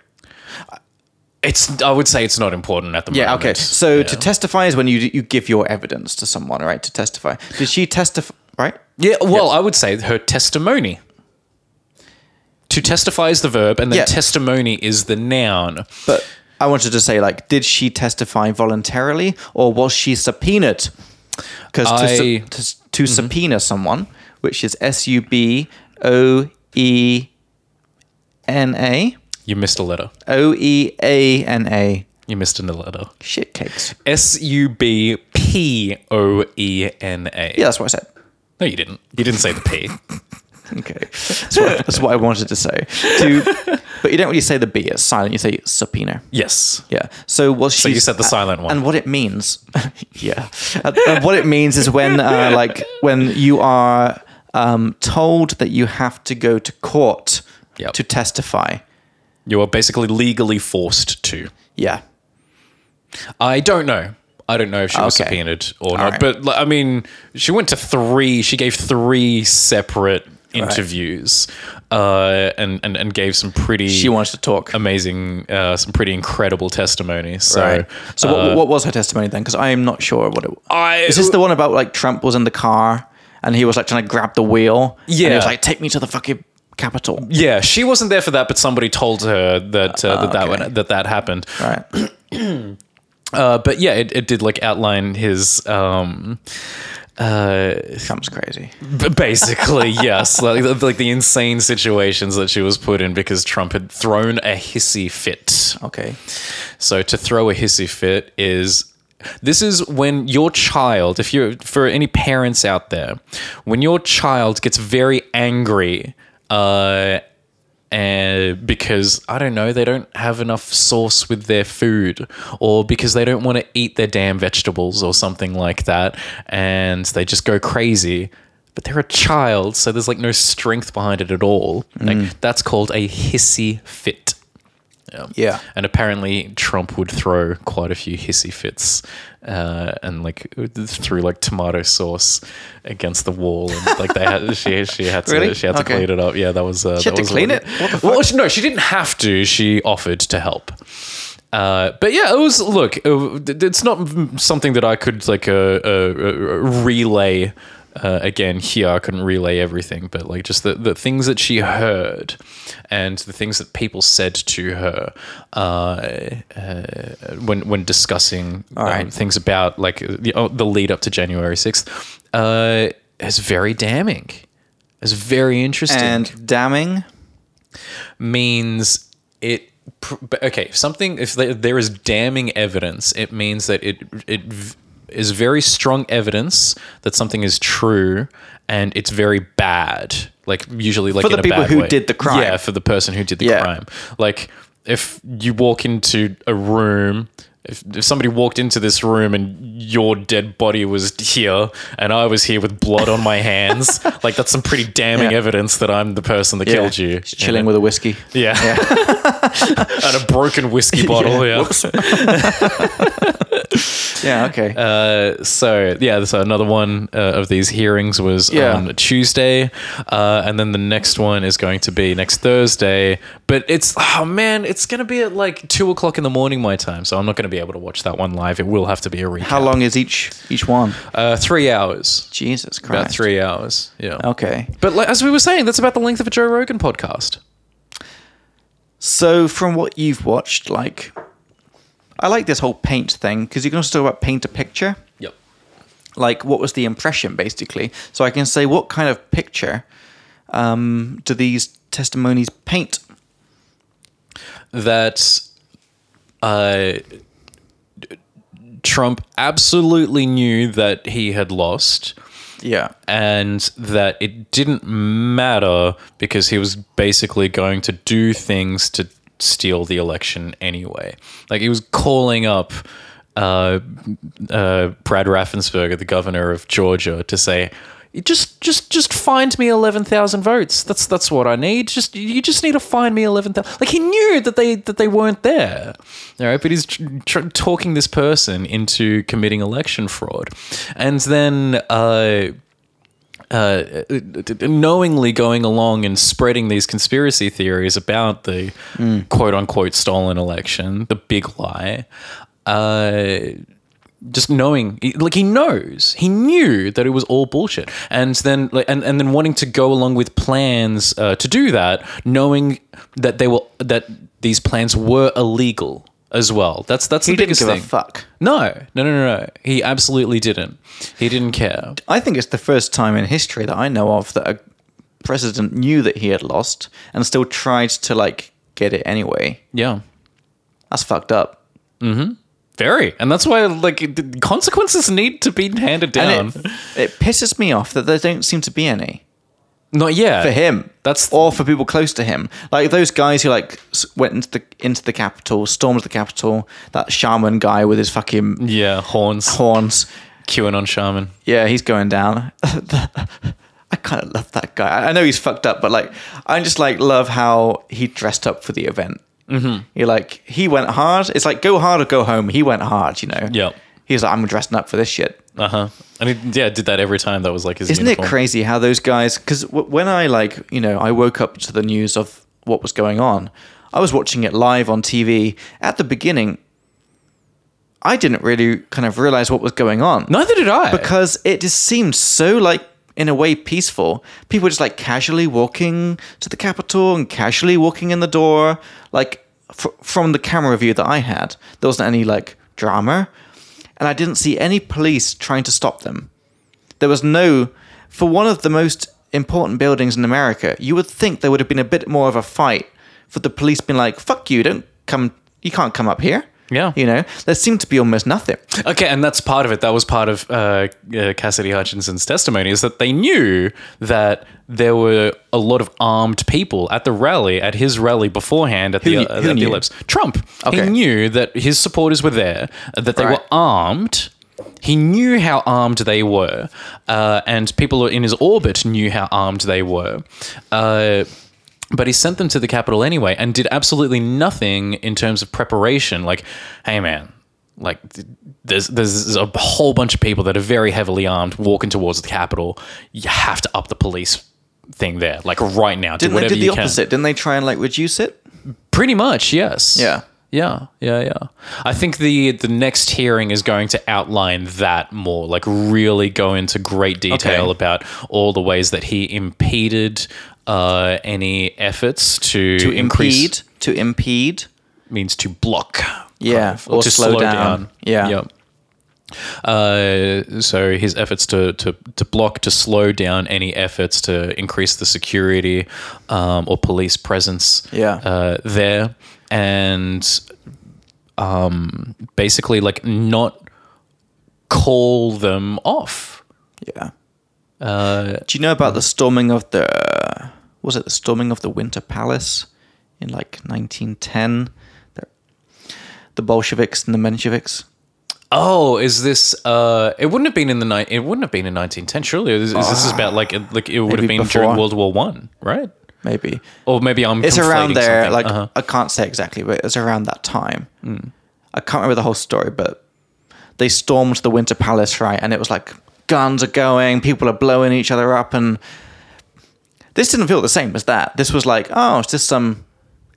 it's. I would say it's not important at the yeah. moment. Okay, so to Yeah. testify is when you you give your evidence to someone, right? To testify. Did she testify? Right. Yeah, well, I would say her testimony. To testify is the verb, and then Yeah. testimony is the noun. But I wanted to say, like, did she testify voluntarily or was she subpoenaed? Because to, I- sub- to, s- to subpoena someone, which is S U B O E N A, You missed a letter. O E A N A, You missed a letter. shit cakes. S U B P O E N A. Yeah, that's what I said. No, you didn't. You didn't say the P. Okay. That's what, that's what I wanted to say. To, but you don't really say the B, it's silent. You say subpoena. yes. Yeah. So was she? you said the silent one. And what it means? yeah. And- and what it means is when, uh, like, when you are um, told that you have to go to court Yep. to testify. You are basically legally forced to. Yeah. I don't know. I don't know if she was Okay. subpoenaed or All not. right. But like, I mean, she went to three. She gave three separate interviews, uh, and, and and gave some pretty She wants to talk. amazing, uh, some pretty incredible testimonies. So. Right. So what, what was her testimony then? Because I am not sure what it was. Uh, I, Is this the one about like Trump was in the car and he was like trying to grab the wheel? And he Yeah. was like, take me to the fucking capital. Yeah, she wasn't there for that, but somebody told her that uh, that that, okay. one, that that happened. Right. Uh, but yeah, it, it did like outline his um, uh, Trump's crazy. b- basically yes, like the, like the insane situations that she was put in because Trump had thrown a hissy fit. Okay. So to throw a hissy fit is this is when your child, if you're for any parents out there, when your child gets very angry, uh, and because I don't know, they don't have enough sauce with their food, or because they don't want to eat their damn vegetables or something like that, and they just go crazy. But they're a child, so there's like no strength behind it at all. Like that's called a hissy fit. Yeah. And apparently, Trump would throw quite a few hissy fits uh, and like threw like tomato sauce against the wall. And like they had, she, she had to, Really? she had to Okay. clean it up. Yeah, that was. Uh, She had that to was clean what- it? What the Well, she, no, she didn't have to. She offered to help. Uh, but yeah, it was. Look, it- it's not something that I could like uh, uh, uh, relay. Uh, again, here I couldn't relay everything, but like just the, the things that she heard and the things that people said to her uh, uh, when when discussing um, right. things about like the, oh, the lead up to January sixth uh, is very damning. It's very interesting And damning. means it. pr- but, Okay, if something if there- there is damning evidence, it means that it it v- is very strong evidence that something is true, and it's very bad. Like usually, like For the in a people bad who way. did the crime. Yeah, for the person who did the Yeah. crime. Like if you walk into a room. If, if somebody walked into this room and your dead body was here and I was here with blood on my hands, like that's some pretty damning Yeah. evidence that I'm the person that killed you. She's you know? chilling with a whiskey. Yeah. and a broken whiskey bottle. Yeah. Yeah. Okay. Uh, so yeah, so another one uh, of these hearings was Yeah. on Tuesday, uh, and then the next one is going to be next Thursday. But it's oh man, it's gonna be at like two o'clock in the morning my time, so I'm not gonna be able to watch that one live. It will have to be a recap. How long is each each one? Uh, three hours. Jesus Christ. About three hours. Yeah. Okay. But like, as we were saying, that's about the length of a Joe Rogan podcast. So from what you've watched, like, I like this whole paint thing because you can also talk about paint a picture. Yep. like what was the impression basically so i can say what kind of picture um, do these testimonies paint that uh, Trump absolutely knew that he had lost yeah and that it didn't matter because he was basically going to do things to steal the election anyway. Like he was calling up uh, uh, Brad Raffensperger, the governor of Georgia, to say. Just, just, just find me eleven thousand votes. That's that's what I need. Just you just need to find me eleven thousand. Like he knew that they that they weren't there, all right. But he's tr- tr- talking this person into committing election fraud, and then uh, knowingly going along and spreading these conspiracy theories about the quote unquote stolen election, the big lie. Uh, just knowing like he knows he knew that it was all bullshit and then like and, and then wanting to go along with plans uh, to do that knowing that they were that these plans were illegal as well that's that's he the didn't biggest give thing a fuck no no no no no he absolutely didn't he didn't care i think it's the first time in history that i know of that a president knew that he had lost and still tried to like get it anyway yeah that's fucked up Very, and that's why like the consequences need to be handed down. and it, it pisses me off that there don't seem to be any Not yet for him. That's- or for people close to him, like those guys who like s- went into the into the capital, stormed the capital. That shaman guy with his fucking Yeah, horns, horns. QAnon shaman. Yeah, he's going down. I kind of love that guy. I- I know he's fucked up, but like, I just like love how he dressed up for the event. You're like, he went hard. It's like, go hard or go home. He went hard, you know? Yep. He's like, I'm dressing up for this shit. Uh huh. And he, yeah, did that every time. That was like his. Isn't uniform. it crazy how those guys? Because w- when I like, you know, I woke up to the news of what was going on. I was watching it live on TV. At the beginning, I didn't really kind of realize what was going on. Neither did I. because it just seemed so like in a way peaceful. People were just like casually walking to the Capitol and casually walking in the door. Like fr- from the camera view that I had, there wasn't any like drama, and I didn't see any police trying to stop them. There was no, for one of the most important buildings in America, you would think there would have been a bit more of a fight for the police being like, fuck you, don't come, you can't come up here. Yeah. You know, there seemed to be almost nothing. Okay, and that's part of it. That was part of uh, uh, Cassidy Hutchinson's testimony is that they knew that there were a lot of armed people at the rally, at his rally beforehand at the, knew- uh, who at the knew? ellipse. Trump. Okay. He knew that his supporters were there, uh, that they Right. were armed. He knew how armed they were, uh, and people in his orbit knew how armed they were. Uh, but he sent them to the Capitol anyway and did absolutely nothing in terms of preparation. Like, hey, man, like th- there's there's a whole bunch of people that are very heavily armed walking towards the Capitol. You have to up the police thing there, like right now. do Didn't they whatever do the you opposite? Didn't they try and like reduce it? Can. Pretty much, yes. Yeah. Yeah, yeah, yeah. I think the the next hearing is going to outline that more, like really go into great detail Okay. about all the ways that he impeded uh, any efforts to, To increase impede, to impede, means to block. Yeah, kind of, or slow down. Yeah. Yep. Uh, so his efforts to, to, to block, to slow down any efforts to increase the security um, or police presence Yeah. uh, there. And um, basically, like, not call them off. yeah. Uh, Do you know about the storming of the? Was it the storming of the Winter Palace in like 1910? The, the Bolsheviks and the Mensheviks. Oh, is this? Uh, it wouldn't have been in the night. It wouldn't have been in 1910. Surely, is, is this is about like it- like it would have Ah. Maybe been during before. World War One, right? Maybe Or maybe I'm. it's around conflating there. something. Like Uh-huh. I can't say exactly, but it's around that time. I can't remember the whole story, but they stormed the Winter Palace, right? And it was like guns are going, people are blowing each other up, and this didn't feel the same as that. This was like, oh, it's just some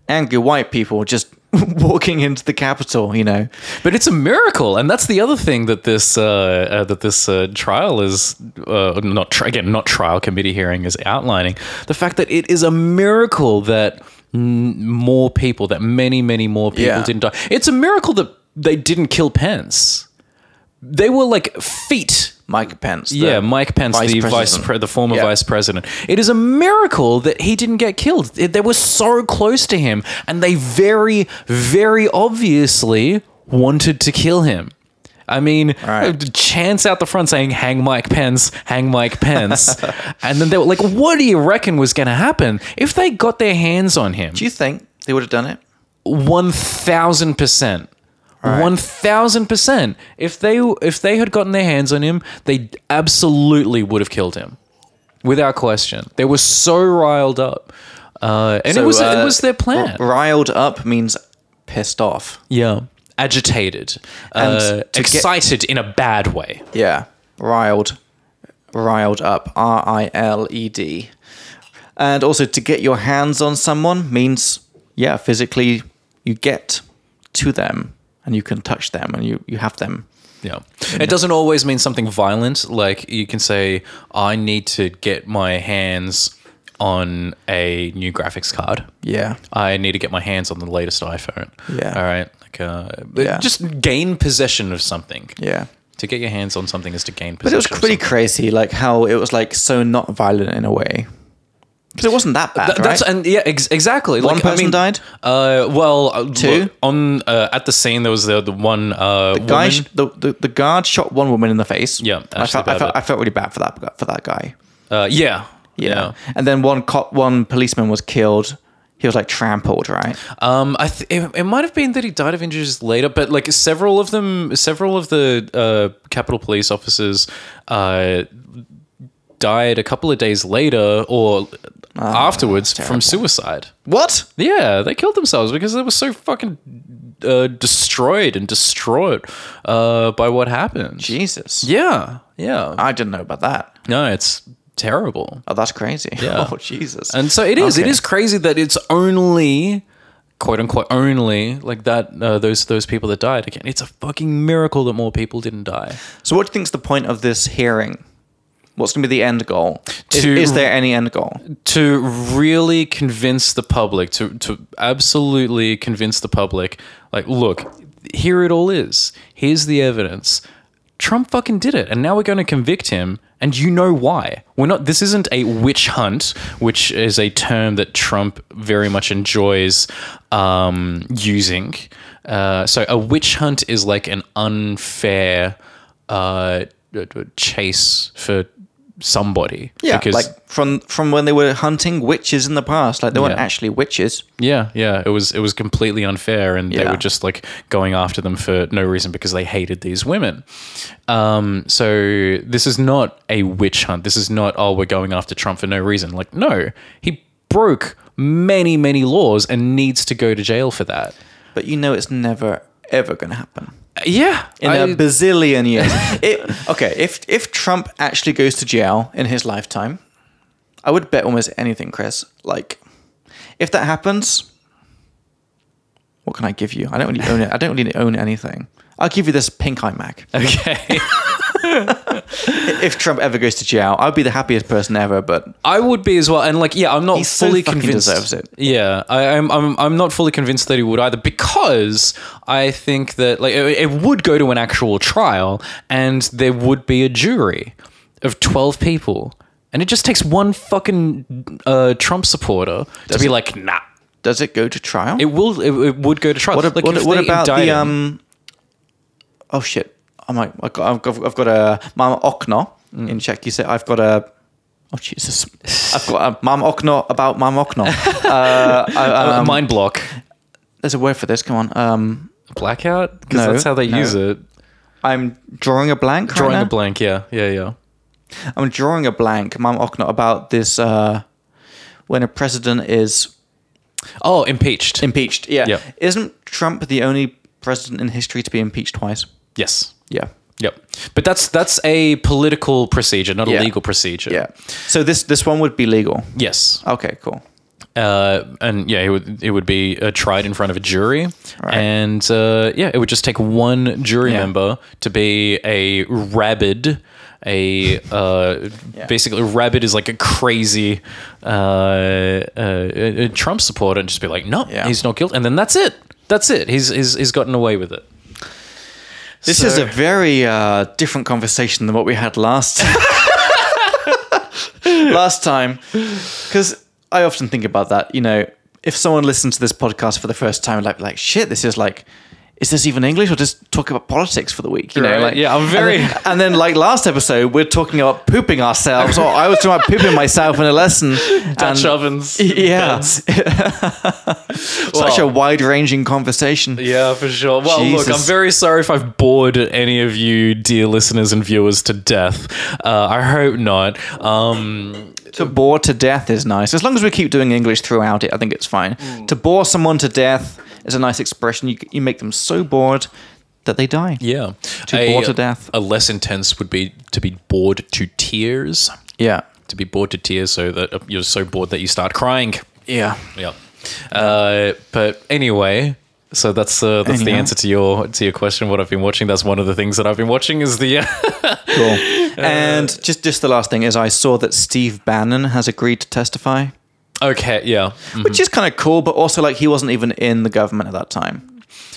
angry white people just walking into the Capitol, you know? but it's a miracle, and that's the other thing that this uh, uh, that this uh, trial is uh, not tri- again not trial committee hearing is outlining the fact that it is a miracle that n- more people that many many more people Yeah. didn't die. It's a miracle that they didn't kill Pence. They were like feet Mike Pence. the- yeah, Mike Pence, vice the vice, president. pre- the former Yeah. vice president. It is a miracle that he didn't get killed. They they were so close to him, and they very, very obviously wanted to kill him. I mean, Right. chance out the front saying "Hang Mike Pence, hang Mike Pence," and then they were like, "What do you reckon was going to happen if they got their hands on him?" Do you think they would have done it? one thousand percent. One thousand percent. If they if they had gotten their hands on him, they absolutely would have killed him, without question. They were so riled up, uh, and it was So, uh, it was their plan. r- riled up means pissed off. yeah, agitated, And uh, to get- excited in a bad way. Yeah, riled, riled up. R I L E D. And also to get your hands on someone means yeah, physically you get to them and you can touch them and you you have them. Yeah. It doesn't always mean something violent. Like you can say, I need to get my hands on a new graphics card. Yeah. I need to get my hands on the latest iPhone. Yeah. All right. Like, uh, Yeah. just gain possession of something. Yeah. To get your hands on something is to gain But it possession. was of pretty something. crazy, like how it was like so not violent in a way, because it wasn't that bad, Th- that's right? and yeah, ex- exactly. One like, I person mean, died? Uh, well, uh, Two? look, on uh, at the scene there was the the one uh, The guy, woman- sh- the, the the guard shot one woman in the face. I Yeah, Ashley felt, I, felt, Babbitt. I felt really bad for that for that guy. uh, yeah, Yeah. And then one cop, one policeman was killed. He was like trampled, right? Um, I th- it, it might have been that he died of injuries later, but like several of them, several of the uh, Capitol Police officers uh, died a couple of days later, or afterwards from suicide. What? Yeah, they killed themselves because they were so fucking uh, destroyed and distraught uh, by what happened. Jesus. Yeah, yeah. I didn't know about that. no, it's terrible. Oh, that's crazy. Yeah. Oh, Jesus. And so it is. Okay. It is crazy that it's only, quote unquote, only like that. Uh, those those people that died again. It's a fucking miracle that more people didn't die. So, what do you think's the point of this hearing? What's going to be the end goal? Is, To- is there any end goal? to really convince the public to to absolutely convince the public like look here it all is here's the evidence trump fucking did it and now we're going to convict him and you know why we're not this isn't a witch hunt which is a term that trump very much enjoys um, using uh, so a witch hunt is like an unfair uh, chase for somebody Yeah, like from from when they were hunting witches in the past, like they weren't Yeah. actually witches. Yeah, yeah, it was it was completely unfair, and they Yeah. were just like going after them for no reason because they hated these women. Um, so this is not a witch hunt. This is not oh we're going after Trump for no reason. Like no, he broke many many laws and needs to go to jail for that. But you know, it's never ever going to happen Yeah, in a I- bazillion years. it, okay, if if Trump actually goes to jail in his lifetime, I would bet almost anything, Chris. Like, if that happens, what can I give you? I don't really own it. I don't really own anything. I'll give you this pink iMac. okay. if Trump ever goes to jail, I'd be the happiest person ever. But I would be as well, and like, yeah, I'm not He's so fully fucking convinced. deserves it. Yeah, I, I'm, I'm, I'm not fully convinced that he would either, because I think that like it, it would go to an actual trial, and there would be a jury of twelve people, and it just takes one fucking uh, Trump supporter to be it? like, nah. does it go to trial? It will. It, it would go to trial. What, ab- Like, what, if what they about indict the him- um? Oh shit! I'm like I've got I've got, I've got a mam okno Mm. in Czech. You say I've got a oh Jesus! I've got a mam okno about mam okno. uh, I- uh, um, mind block there's a word for this. Come on. Um, blackout? Because No, that's how they no. use it. I'm drawing a blank. Drawing right a blank. Yeah, yeah, yeah. now. I'm drawing a blank. Mam okno about this. Uh, when a president is Oh, impeached. impeached, yeah, Yep. isn't Trump the only president in history to be impeached twice? yes. Yeah. Yep. But that's that's a political procedure, not Yeah. a legal procedure. Yeah. So this this one would be legal. Yes. Okay, cool. Uh, and yeah, it would it would be uh, tried in front of a jury, Right. and uh, yeah, it would just take one jury Yeah. member to be a rabid, a uh, basically rabid is like a crazy uh, uh, uh, Trump supporter, and just be like, no, Yeah. he's not guilty, and then that's it. That's it. He's he's, he's gotten away with it. This is a very uh, different conversation than what we had last last time, because I often think about that. You know, if someone listens to this podcast for the first time, like like shit, this is like. Is this even English or just talk about politics for the week? You Right. know, like Yeah, I'm very- And then, and then, like last episode, we're talking about pooping ourselves, or I was talking about pooping myself in a lesson. Dutch and- ovens. yeah, such Well- a wide-ranging conversation. Yeah, for sure. Well, look, Jesus. I'm very sorry if I've bored any of you, dear listeners and viewers, to death. Uh, I hope not. Um, To bore to death is nice. As long as we keep doing English throughout it, I think it's fine. To bore someone to death is a nice expression. You, you make them so bored that they die. yeah, To bore to death. A less intense would be to be bored to tears. Yeah. To be bored to tears, so that uh, you're so bored that you start crying. Yeah. Yeah. Uh, but anyway. So that's uh, that's the Anyhow. answer to your to your question. What I've been watching. That's one of the things that I've been watching. Is the Cool. and just just the last thing is I saw that Steve Bannon has agreed to testify, okay, yeah. which is kind of cool, but also like he wasn't even in the government at that time.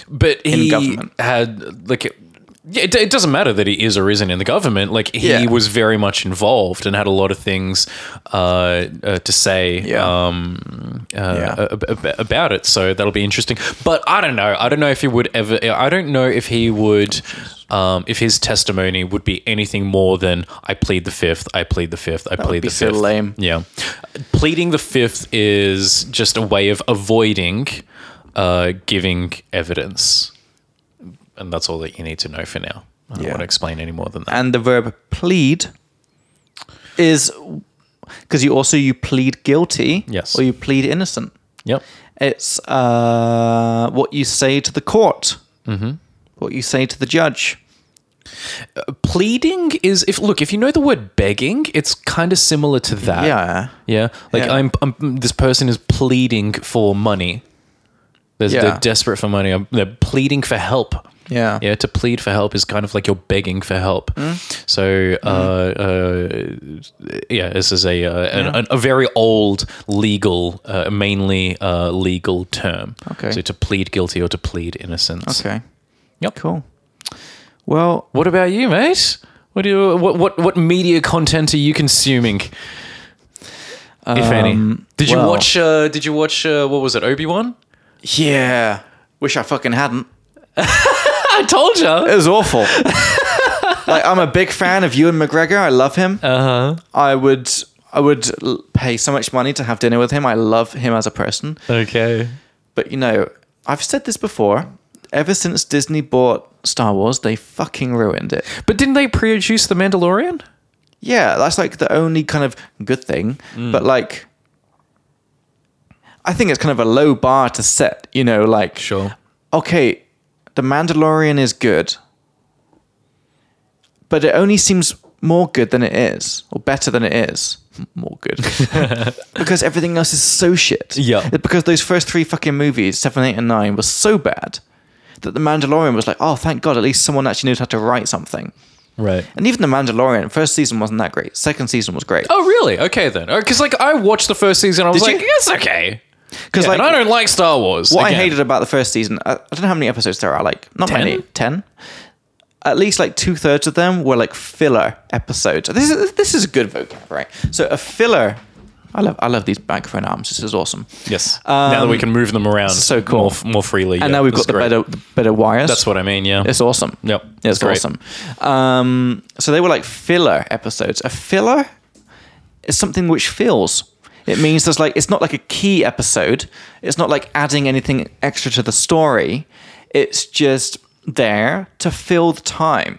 but he government. had like it- yeah, it, it doesn't matter that he is or isn't in the government. Like he Yeah. was very much involved and had a lot of things uh, uh, to say Yeah. um, uh, Yeah. ab- ab- about it. So that'll be interesting. But I don't know. I don't know if he would ever. I don't know if he would. Um, if his testimony would be anything more than "I plead the fifth, I plead the fifth, I plead be the so fifth. lame. Yeah. Pleading the fifth is just a way of avoiding uh, giving evidence. And that's all that you need to know for now. I don't Yeah. want to explain any more than that. And the verb plead is because you also you plead guilty Yes. or you plead innocent. Yep. It's uh, what you say to the court, mm-hmm. what you say to the judge. pleading is if look if you know the word begging it's kind of similar to that Yeah. yeah like Yeah. I'm, I'm this person is pleading for money they're, Yeah. they're desperate for money I'm- they're pleading for help Yeah. yeah to plead for help is kind of like you're begging for help Mm. so Uh, uh, yeah this is a, uh, an, an- a very old legal uh, mainly uh, legal term Okay. so to plead guilty or to plead innocence Okay. Yep. Cool. Well, What about you, mate? What do you, what, what what media content are you consuming, if any? Did you um, well- watch? Uh, did you watch? Uh, what was it? Obi Wan? yeah. Wish I fucking hadn't. I told It you. was awful. like I'm a big fan of Ewan McGregor. I love him. Uh huh. I would I would l- pay so much money to have dinner with him. I love him as a person. Okay. But you know, I've said this before. Ever since Disney bought Star Wars, they fucking ruined it. But didn't they produce the Mandalorian? Yeah, that's like the only kind of good thing. But like I think it's kind of a low bar to set, you know, like Sure. okay, The Mandalorian is good, but it only seems more good than it is, or better than it is. More good. because everything else is so shit. Yeah. It's Because those first three fucking movies, seven, eight, and nine, were so bad that The Mandalorian was like, oh, thank God, at least someone actually knows how to write something. Right. And even The Mandalorian, first season wasn't that great. Second season was great. Oh really? Okay then. Because like I watched the first season, I was Did you? like, it's okay. Because Yeah, like, and I don't like Star Wars. What Again. I hated about the first season, I, I don't know how many episodes there are, like, not Ten? many, 10. At least like two thirds of them were like filler episodes. This is this is good vocab, right? So a filler, I love I love these microphone arms. This is awesome. Yes. now that we can move them around, Um, so cool. more, f- more freely. And yeah, now we've that's got the great. better the better wires. That's what I mean. Yeah. it's awesome. Yep, it's it's great. awesome. Um, so they were like filler episodes. A filler is something which fills. It means there's like it's not like a key episode. It's not like adding anything extra to the story. It's just there to fill the time.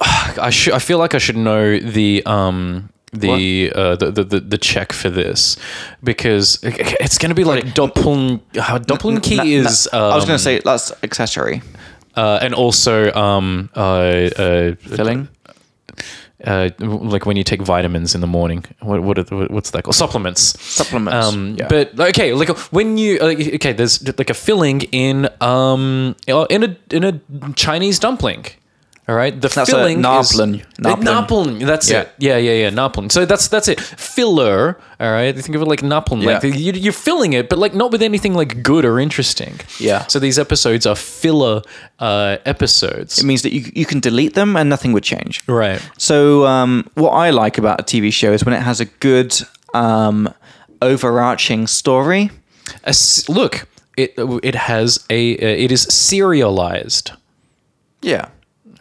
I should. I feel like I should know the um the uh the, the the- the check for this because it's going to be like doppeln uh, doppeln Na- key na- is I was going um, to say that's accessory uh, and also um uh, uh filling. uh, like when you take vitamins in the morning. What what are, the- what's that called? Supplements. Supplements, Um, yeah. But okay, like when you uh, okay, there's like a filling in um uh, in a in a Chinese dumpling. All right, the That's a filling naplin. is Uh, Naplin. naplin. That's Yeah. it. Yeah, yeah, yeah. Naplin. So that's that's it. Filler. All right. Think of it like naplin. Like Yeah. you, you're filling it, but like not with anything like good or interesting. Yeah. So these episodes are filler uh, episodes. It means that you you can delete them and nothing would change. Right. So, um, what I like about a TV show is when it has a good um, overarching story. A s look, it it has a uh, it is serialized. Yeah.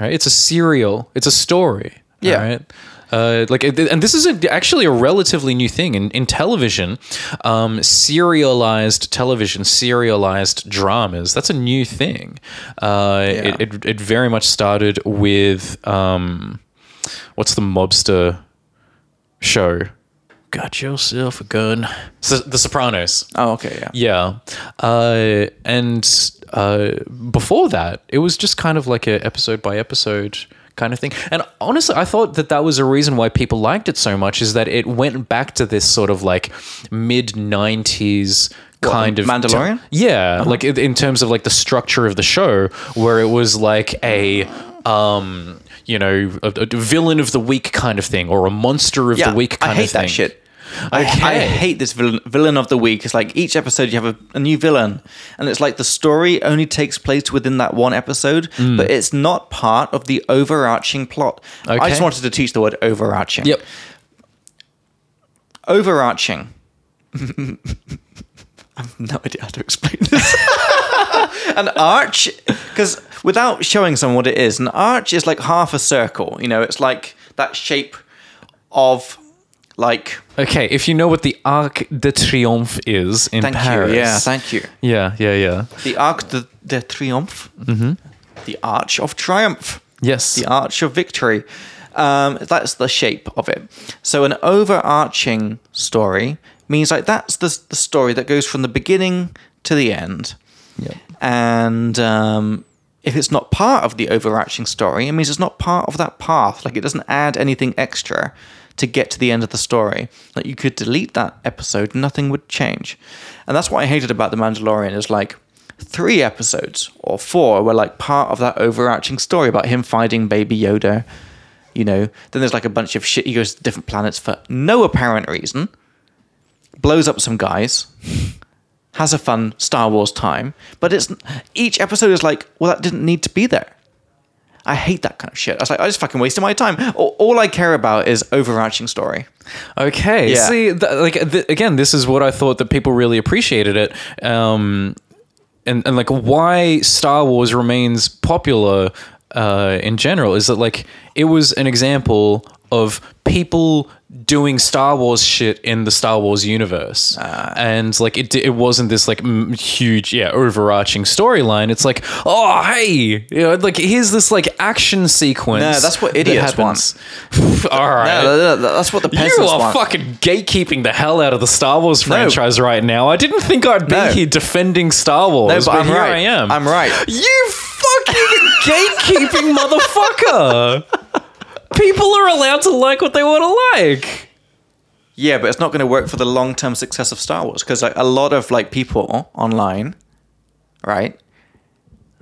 Right? It's a serial. It's a story. Yeah. Right? Uh, like, it- and this is a, actually a relatively new thing in, in television. Um, serialized television, serialized dramas. That's a new thing. Uh, it, it it very much started with um, what's the mobster show? Got yourself a gun. S- the Sopranos. Oh, okay. Yeah. Yeah. Uh, and uh, before that, it was just kind of like a episode by episode kind of thing. And honestly, I thought that that was a reason why people liked it so much is that it went back to this sort of like mid 90s kind of Mandalorian? Uh-huh. yeah, like in, in terms of like the structure of the show, where it was like a, um, you know, a, a villain of the week kind of thing, or a monster of yeah. the week kind I hate of thing. that shit. I, I Okay. hate this villain, villain of the week. It's like each episode you have a, a new villain, and it's like the story only takes place within that one episode, Mm. but it's not part of the overarching plot. I Okay. just wanted to teach the word overarching. Yep. Overarching. I've no idea how to explain this. an arch, because without showing someone what it is, an arch is like half a circle. You know, it's like that shape of like. Okay, if you know what the Arc de Triomphe is in Thank Paris. you. Yeah, thank you. yeah, yeah, yeah. The Arc de, de Triomphe. The Arch of Triumph. Yes. The Arch of Victory. Um, that's the shape of it. So an overarching story means like that's the, the story that goes from the beginning to the end. Yep. And um, if it's not part of the overarching story, it means it's not part of that path. Like it doesn't add anything extra to get to the end of the story. Like you could delete that episode, nothing would change. And that's what I hated about The Mandalorian is like three episodes or four were like part of that overarching story about him finding baby Yoda. You know, then there's like a bunch of shit. He goes to different planets for no apparent reason, blows up some guys, has a fun Star Wars time, but it's each episode is like, well, that didn't need to be there. I hate that kind of shit. I was like, I just fucking wasted my time. All, all I care about is overarching story. Okay. Yeah. See, th- like th- again, this is what I thought that people really appreciated it, um, and and like why Star Wars remains popular uh, in general is that like it was an example of people doing Star Wars shit in the Star Wars universe, Ah. and like it di- it wasn't this like m- huge yeah overarching storyline. It's like oh hey, you know, like here's this like action sequence. No, that's what that idiots happens. All right. No, no, no, that's what the peasants You are want. fucking gatekeeping the hell out of the Star Wars franchise right now. I didn't think I'd be No. here defending Star Wars, no, but, I'm here right. I am. I'm right. You fucking gatekeeping motherfucker! People are allowed to like what they want to like. Yeah, but it's not going to work for the long term success of Star Wars because like a lot of like people online, right?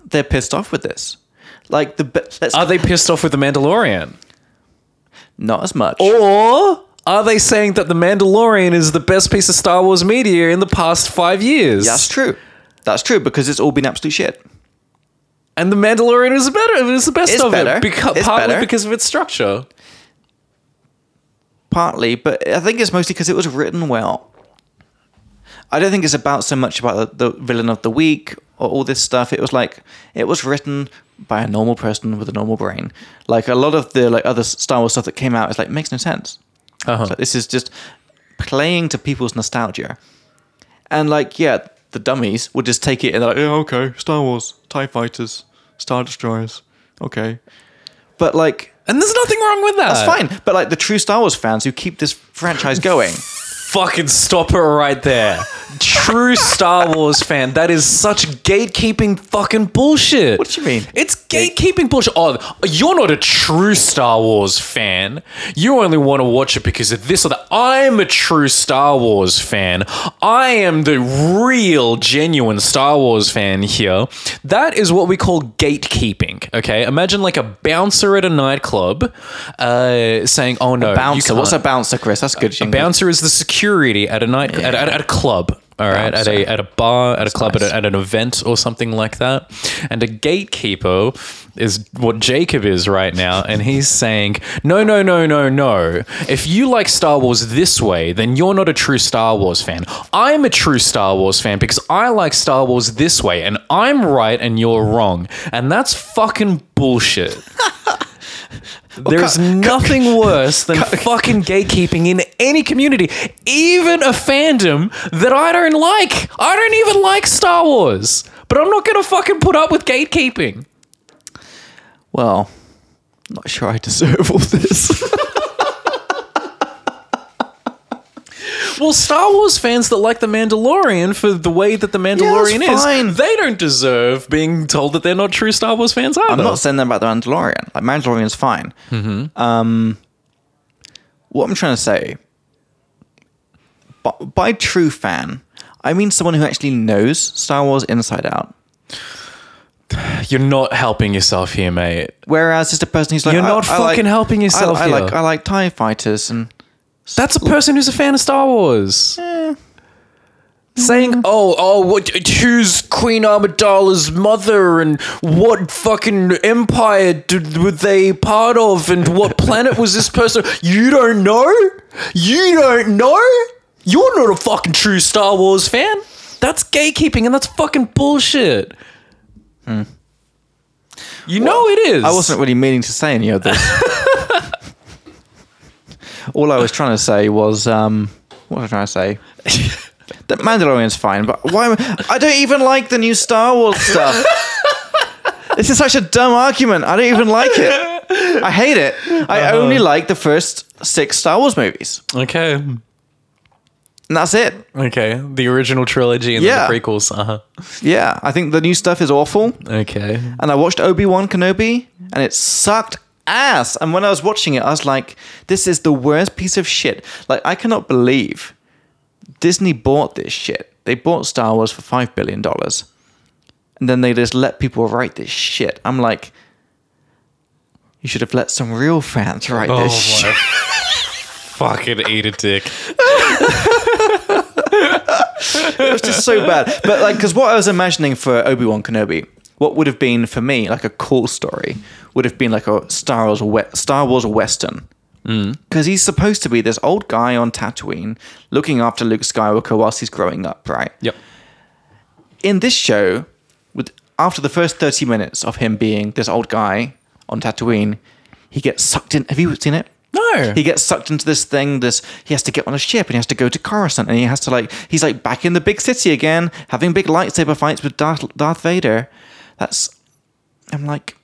They're pissed off with this. Like the be- let's, Are they pissed off with the Mandalorian? not as much. Or are they saying that the Mandalorian is the best piece of Star Wars media in the past five years? That's true. That's true because it's all been absolute shit. And the Mandalorian is better. It's the best It's of better. it, beca- It's partly better. because of its structure. partly, but I think it's mostly because it was written well. I don't think it's about so much about the, the villain of the week or all this stuff. It was like it was written by a normal person with a normal brain. Like a lot of the like other Star Wars stuff that came out is like makes no sense. Uh-huh. So this is just playing to people's nostalgia, and like yeah, the dummies would just take it and they're like, oh, okay, Star Wars, Tie Fighters, Star Destroyers, okay, but like. And there's nothing wrong with that. That's fine, but like the true Star Wars fans who keep this franchise going, Fucking stop it right there. True Star Wars fan, that is such gatekeeping fucking bullshit. What do you mean? It's gatekeeping bullshit. Oh, you're not a true Star Wars fan. You only want to watch it because of this or that. I'm a true Star Wars fan. I am the real, genuine Star Wars fan here. That is what we call gatekeeping, okay? Imagine like a bouncer at a nightclub uh, saying, oh no, you bouncer. What's a can't- bouncer, Chris? That's good. a bouncer is the security at a night at, at, at a club. All right, at a at a bar, at a club, at, a, at an event or something like that. And a gatekeeper is what Jacob is right now, and he's saying, "No, no, no, no, no. If you like Star Wars this way, then you're not a true Star Wars fan. I'm a true Star Wars fan because I like Star Wars this way, and I'm right and you're wrong, and that's fucking bullshit." There is nothing worse than fucking gatekeeping in any community, even a fandom that I don't like. I don't even like Star Wars, but I'm not gonna fucking put up with gatekeeping. Well, not sure I deserve all this. Well, Star Wars fans that like The Mandalorian for the way that The Mandalorian is, fine. they don't deserve being told that they're not true Star Wars fans either. I'm not saying that about the Mandalorian. Like Mandalorian's fine. Um, what I'm trying to say, by, by true fan, I mean someone who actually knows Star Wars inside out. You're not helping yourself here, mate. Whereas just a person who's like, You're I- not I like- fucking helping I- yourself I, here. like I like Tie Fighters and That's a person who's a fan of Star Wars. Saying, oh, oh, what, who's Queen Amidala's mother and what fucking empire did, were they part of and what planet was this person? You don't know? You don't know? You're not a fucking true Star Wars fan. That's gatekeeping and that's fucking bullshit. Hmm. You know it is. I wasn't really meaning to say any of this. All I was trying to say was, um, what was I trying to say? the Mandalorian's fine, but why? Am I, I don't even like the new Star Wars stuff. this is such a dumb argument. I don't even like it. I hate it. I only like the first six Star Wars movies, Okay. and that's it. Okay. The original trilogy and Yeah. then the prequels. Uh-huh. Yeah, I think the new stuff is awful. Okay. Mm. And I watched Obi Wan Kenobi, and it sucked ass. And when I was watching it, I was like, "This is the worst piece of shit." Like, I cannot believe Disney bought this shit. They bought Star Wars for five billion dollars, and then they just let people write this shit. I'm like, you should have let some real fans write Oh this shit. my fucking eat a dick. It was just so bad. But like, because what I was imagining for Obi Wan Kenobi, what would have been for me like a cool story, would have been like a Star Wars we- Star Wars Western. Because he's supposed to be this old guy on Tatooine looking after Luke Skywalker whilst he's growing up, right? Yep. In this show, with after the first thirty minutes of him being this old guy on Tatooine, he gets sucked in. Have you seen it? No. He gets sucked into this thing. This he has to get on a ship and he has to go to Coruscant and he has to like he's like back in the big city again, having big lightsaber fights with Darth, Darth Vader. That's I'm like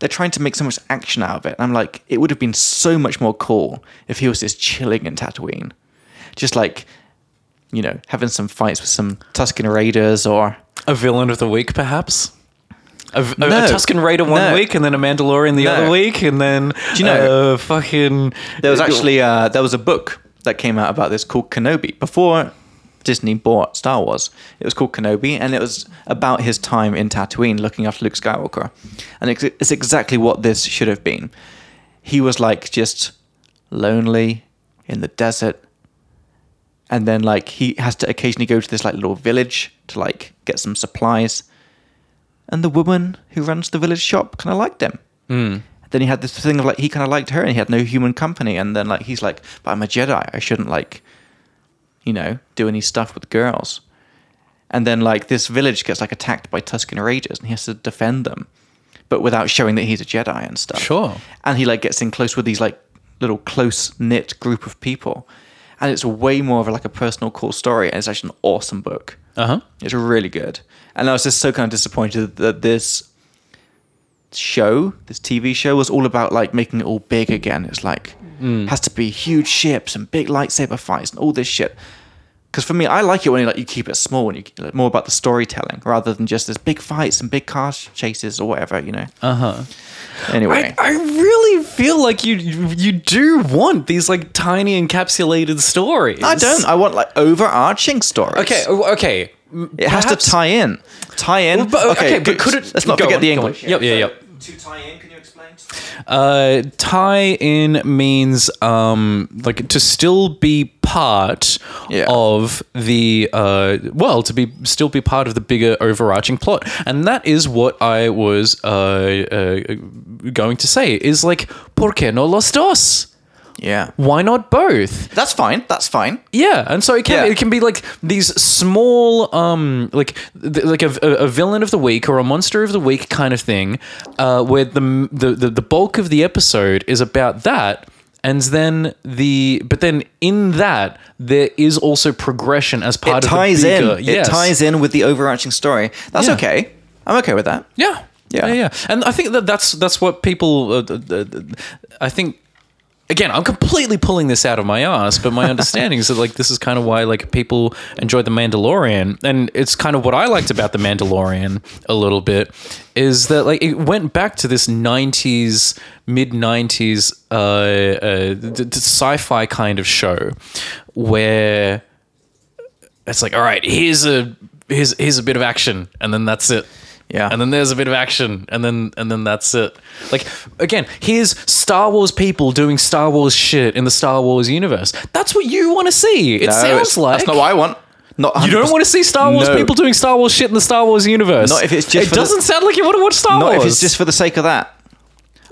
they're trying to make so much action out of it. I'm like it would have been so much more cool if he was just chilling in Tatooine, just like you know having some fights with some Tusken Raiders or a villain of the week, perhaps? A, v- a- No. a Tuscan Raider one No. week, and then a Mandalorian the No. other week, and then Do you know- uh, fucking There was actually uh, there was a book that came out about this called Kenobi before Disney bought Star Wars. It was called Kenobi, and it was about his time in Tatooine, looking after Luke Skywalker, and it's, it's exactly what this should have been. He was like just lonely in the desert, and then like he has to occasionally go to this like little village to like get some supplies, and the woman who runs the village shop kind of liked him Hmm. then he had this thing of like he kind of liked her and he had no human company and then like he's like but i'm a jedi i shouldn't like you know do any stuff with girls and then like this village gets like attacked by tuscan raiders and he has to defend them but without showing that he's a jedi and stuff Sure. and he like gets in close with these like little close knit group of people and it's way more of like a personal cool story and it's actually an awesome book uh huh. it's really good. And I was just so kind of disappointed that this show, this TV show, was all about like making it all big again. It's like has to be huge ships and big lightsaber fights and all this shit. Because for me, I like it when you, like you keep it small and you like, more about the storytelling rather than just this big fights and big car chases or whatever, you know. Uh huh. Anyway, I really feel like you you do want these like tiny encapsulated stories. I, don't. I want like overarching stories. okay. oh, Okay. it has to tie in. Tie in. But, okay, good. but could it? Let's not go forget on, the go on. English. Yep. Yeah. Yep. To tie in, can you explain? Uh, tie in means um, like to still be part Yeah. of the uh, well, to be still be part of the bigger overarching plot, and that is what I was uh, uh, going to say. Is like, por qué no los dos? Yeah. Why not both? That's fine. That's fine. Yeah, and so it can Yeah. it can be like these small um like th- like a, a a villain of the week or a monster of the week kind of thing, uh, where the, the the the bulk of the episode is about that, and then the but then in that there is also progression as part it of ties the bigger, in. Yes. It ties in with the overarching story. That's Yeah. okay. I'm okay with that. Yeah. Yeah. yeah, and I think that that's that's what people. Uh, uh, uh, I think again, I'm completely pulling this out of my ass, but my understanding is that like this is kind of why like people enjoy the Mandalorian, and it's kind of what I liked about the Mandalorian a little bit is that like it went back to this '90s, mid '90s uh, uh, d- d- sci-fi kind of show where it's like, all right, here's a here's here's a bit of action, and then that's it. Yeah. And then there's a bit of action, and then and then that's it. Like again, here's Star Wars people doing Star Wars shit in the Star Wars universe. That's what you want to see. It No, sounds it's- like that's not what I want. Not you don't want to see Star Wars No. people doing Star Wars shit in the Star Wars universe. Not if it's just It for the- doesn't sound like you want to watch Star Not Wars. if it's just for the sake of that.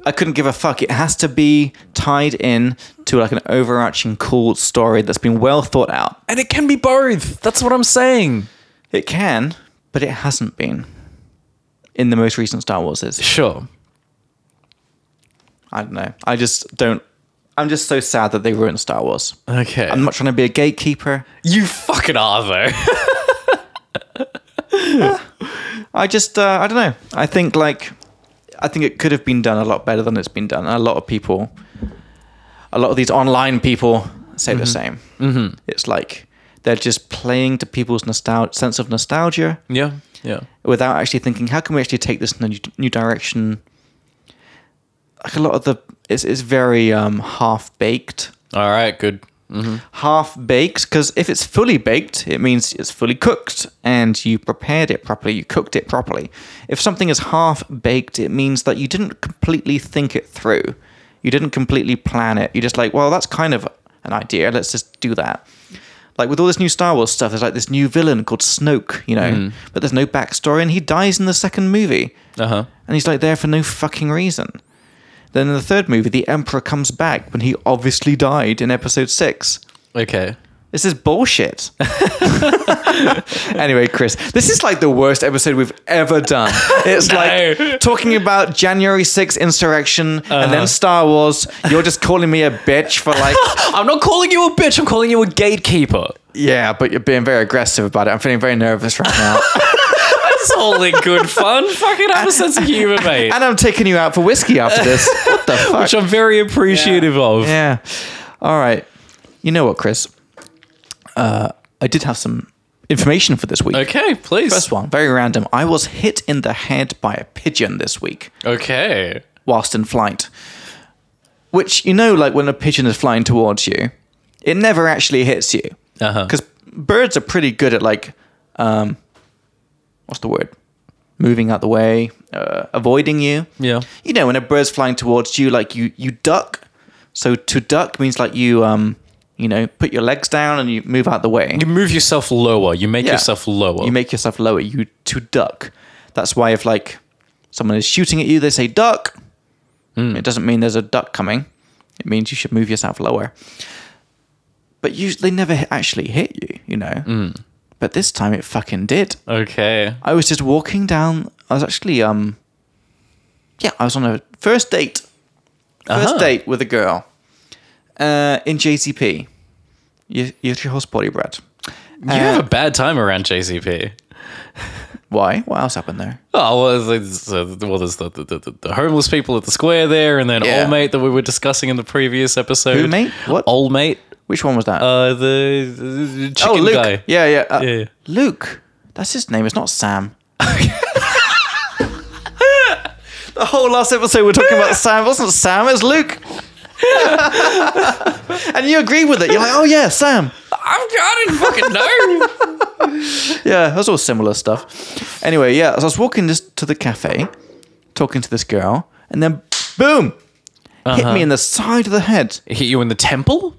I couldn't give a fuck. It has to be tied in to like an overarching cool story that's been well thought out. and it can be both. That's what I'm saying. It can, but it hasn't been in the most recent Star Warses. Sure. I don't know. I just don't. I'm just so sad that they ruined Star Wars. Okay. I'm not trying to be a gatekeeper. you fucking are though. I just uh, I don't know. I think like I think it could have been done a lot better than it's been done. And a lot of people, a lot of these online people say the same. Mm-hmm. It's like they're just playing to people's nostal- sense of nostalgia Yeah. Yeah. without actually thinking, how can we actually take this in a new, new direction? Like a lot of the, it's, it's very um, half baked. All right. Good. Mm-hmm. half baked because if it's fully baked, it means it's fully cooked and you prepared it properly, you cooked it properly. If something is half baked, it means that you didn't completely think it through, you didn't completely plan it. You're just like, well, that's kind of an idea, let's just do that. Like with all this new Star Wars stuff, there's like this new villain called Snoke, you know, but there's no backstory and he dies in the second movie Uh huh. and he's like there for no fucking reason. Then in the third movie, the Emperor comes back when he obviously died in episode six. Okay. This is bullshit. anyway, Chris, this is like the worst episode we've ever done. It's No. like talking about January 6th insurrection and Uh-huh. then Star Wars. You're just calling me a bitch for like, I'm not calling you a bitch. I'm calling you a gatekeeper. yeah, but you're being very aggressive about it. I'm feeling very nervous right now. That's all in good fun. Fucking have a sense of humor, mate. and I'm taking you out for whiskey after this. What the fuck? Which I'm very appreciative of. Yeah. All right. You know what, Chris? Uh, I did have some information for this week. Okay, please. First one, very random. I was hit in the head by a pigeon this week Okay. whilst in flight. Which, you know, like when a pigeon is flying towards you, it never actually hits you. Uh-huh. Because birds are pretty good at, like, um, what's the word? Moving out the way, uh, avoiding you. Yeah. You know, when a bird's flying towards you, like, you, you duck. So to duck means, like, you, um, you know, put your legs down and you move out the way. You move yourself lower. You make Yeah. yourself lower. You make yourself lower. You to duck. That's why if like someone is shooting at you, they say duck. Hmm. It doesn't mean there's a duck coming. It means you should move yourself lower. But you, they never h- actually hit you, you know. Hmm. But this time it fucking did. okay. I was just walking down. I was actually um, yeah, I was on a first date, 1st Uh-huh. date with a girl, uh, in JCP, your your house body bread. You have a bad time around JCP. Why? What else happened there? Oh, well, there's, uh, well, there's the, the, the, the homeless people at the square there, and then Yeah. old mate that we were discussing in the previous episode. Who, mate? What? Old mate. Which one was that? Uh, the, the- the Oh, chicken Luke. guy. Yeah, yeah, uh, Yeah, yeah. Luke. That's his name. It's not Sam. the whole last episode we're talking about Sam. It wasn't Sam. It was Luke. and you agree with it. You're like, oh yeah, Sam. I didn't fucking know. Yeah, that's all similar stuff. Anyway, yeah. So I was walking just to the cafe, talking to this girl, and then boom, hit me in the side of the head. hit you in the temple?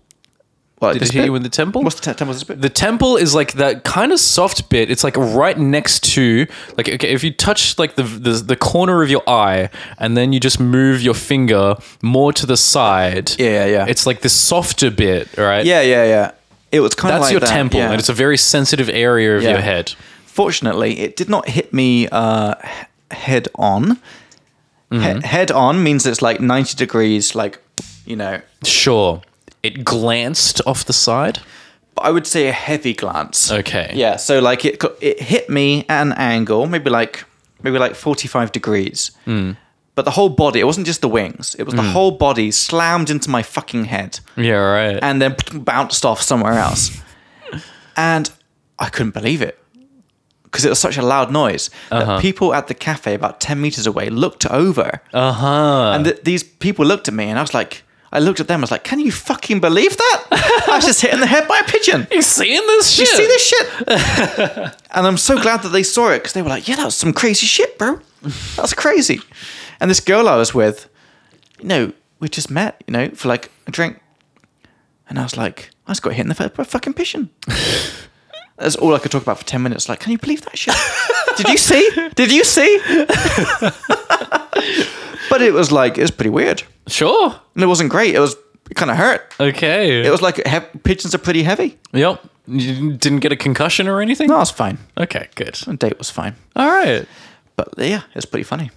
Well, Did it hit you in the temple? What's the te- temple? Spit? The temple is like that kind of soft bit. It's like right next to like okay, if you touch like the, the the corner of your eye and then you just move your finger more to the side. Yeah, yeah, yeah. It's like this softer bit, right? yeah, yeah, yeah. It was kind of That's like your that, temple, yeah. and it's a very sensitive area of Yeah. your head. Fortunately, it did not hit me uh, h- head on. He- Mm-hmm. head on means it's like 90 degrees, like, you know, Sure. It glanced off the side. but I would say a heavy glance. Okay. Yeah, so like it, co- it hit me at an angle, maybe like maybe like 45 degrees. Mm. But the whole body, it wasn't just the wings, it was the whole body slammed into my fucking head Yeah, right. and then bounced off somewhere else. and I couldn't believe it because it was such a loud noise that people at the cafe about 10 meters away looked over. Uh huh. and th- these people looked at me and I was like, I looked at them, I was like, can you fucking believe that? I was just hit in the head by a pigeon. You seeing this You shit? see this shit? and I'm so glad that they saw it because they were like, yeah, that was some crazy shit, bro. That's crazy. And this girl I was with, you know, we just met, you know, for like a drink. And I was like, I just got hit in the face by a fucking pigeon. That's all I could talk about for 10 minutes. Like, can you believe that shit? Did you see? Did you see? but it was like, it was pretty weird. Sure. And it wasn't great. It was, it kind of hurt. Okay. It was like, he- pigeons are pretty heavy. yep. You didn't get a concussion or anything? No, it's fine. Okay, good. The date was fine. All right. But yeah, it's pretty funny.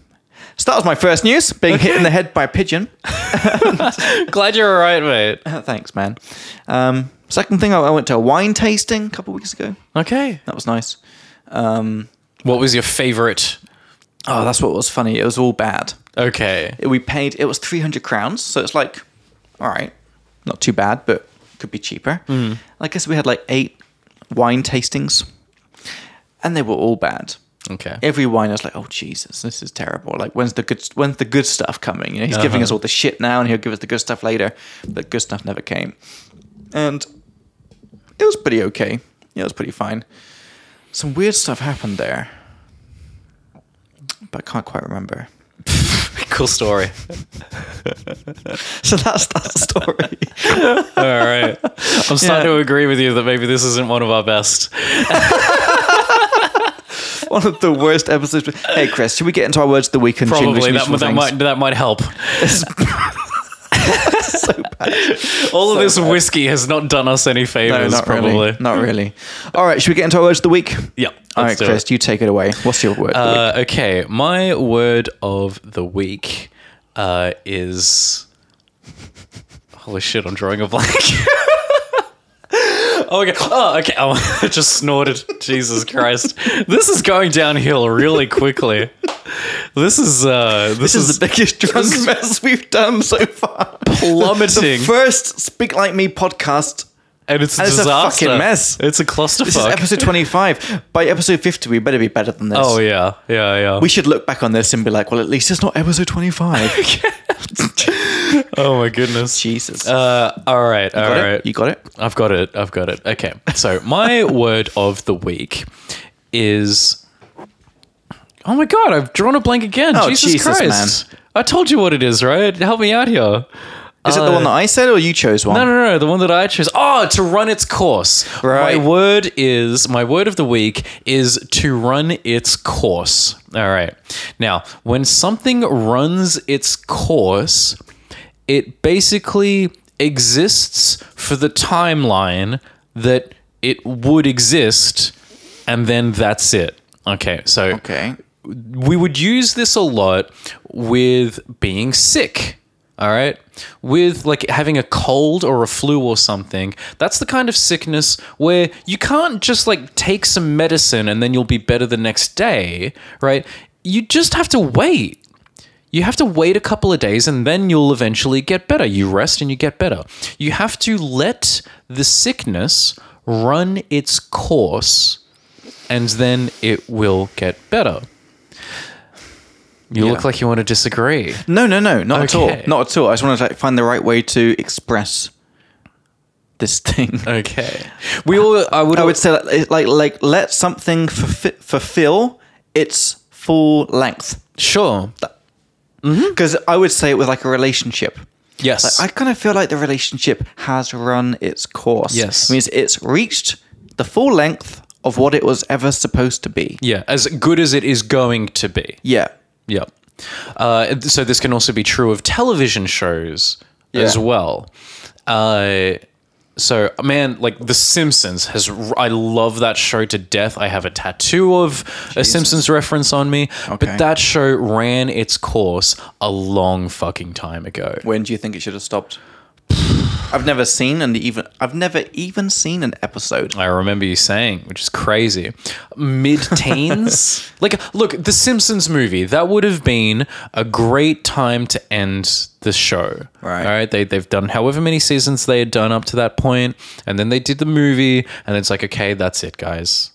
So that was my first news, being hit in the head by a pigeon. Glad you're all right, mate. Thanks, man. Um, second thing, I- I went to a wine tasting a couple weeks ago. Okay. That was nice. Um, What was your favorite? oh, that's what was funny. It was all bad. Okay. We paid, it was 300 crowns. So it's like, all right, not too bad, but could be cheaper. I guess we had like eight wine tastings and they were all bad. Okay. Every wine I was like, oh Jesus, this is terrible. Like, when's the good? When's the good stuff coming? You know, he's giving Uh-huh. us all the shit now, and he'll give us the good stuff later. But good stuff never came, and it was pretty okay. Yeah, it was pretty fine. Some weird stuff happened there, but I can't quite remember. cool story. So that's that story. All right. I'm starting Yeah. to agree with you that maybe this isn't one of our best. One of the worst episodes. Hey Chris, should we get into our words of the week and Probably Jinglish that, news that things? might that might help. All of this whiskey has not done us any No, favors. not probably. really. Not really. All right, should we get into our words of the week? Yeah. All right, let's do Chris, it. you take it away. What's your word? of the week? Uh, okay, my word of the week uh, is. Holy shit! I'm drawing a blank. oh, okay. Oh, okay. Oh, I just snorted. Jesus Christ! This is going downhill really quickly. This is uh, this, This is, is the biggest drunk mess we've done so far. plummeting, First Speak Like Me podcast. and it's a and it's a disaster. fucking mess. It's a clusterfuck. This is episode 25. By episode 50, we better be better than this. oh yeah, yeah, yeah. We should look back on this and be like, well, at least it's not episode 25. oh my goodness. Jesus. Uh, all right, all got it? right. You got it? I've got it. I've got it. Okay. So my word of the week is. Oh my god! I've drawn a blank again. Oh, Jesus, Jesus, Christ! I told you what it is, right? Help me out here. Is it the one that I said or you chose one? Uh, No, no, no. The one that I chose. Oh, to run its course. Right. My word is my word of the week is to run its course. All right. Now, when something runs its course, it basically exists for the timeline that it would exist, and then that's it. Okay. So Okay. we would use this a lot with being sick. All right. With like having a cold or a flu or something. That's the kind of sickness where you can't just like take some medicine and then you'll be better the next day, right? You just have to wait you have to wait a couple of days and then you'll eventually get better. You rest and you get better. You have to let the sickness run its course and then it will get better. You look like you want to disagree. No, no, no. Not at all. Okay. Not at all. I just wanted to like, find the right way to express this thing. Okay. We all, I would, I would say that it's like like let something fulfi- fulfill its full length. sure. Because I would say it with like a relationship. Yes. I kind of feel like the relationship has run its course. Yes. means it's reached the full length of what it was ever supposed to be. yeah. As good as it is going to be. Yeah. Yep. Uh, so this can also be true of television shows as Yeah. well. Uh, so man, like The Simpsons has, I love that show to death. I have a tattoo of a Simpsons reference on me, Okay. but that show ran its course a long fucking time ago. When do you think it should have stopped? I've never seen an even I've never even seen an episode. I remember you saying, which is crazy. Mid teens? like, look, The Simpsons movie, that would have been a great time to end the show. Right. All right. They, they've done however many seasons they had done up to that point, and then they did the movie, and it's like, okay, that's it, guys.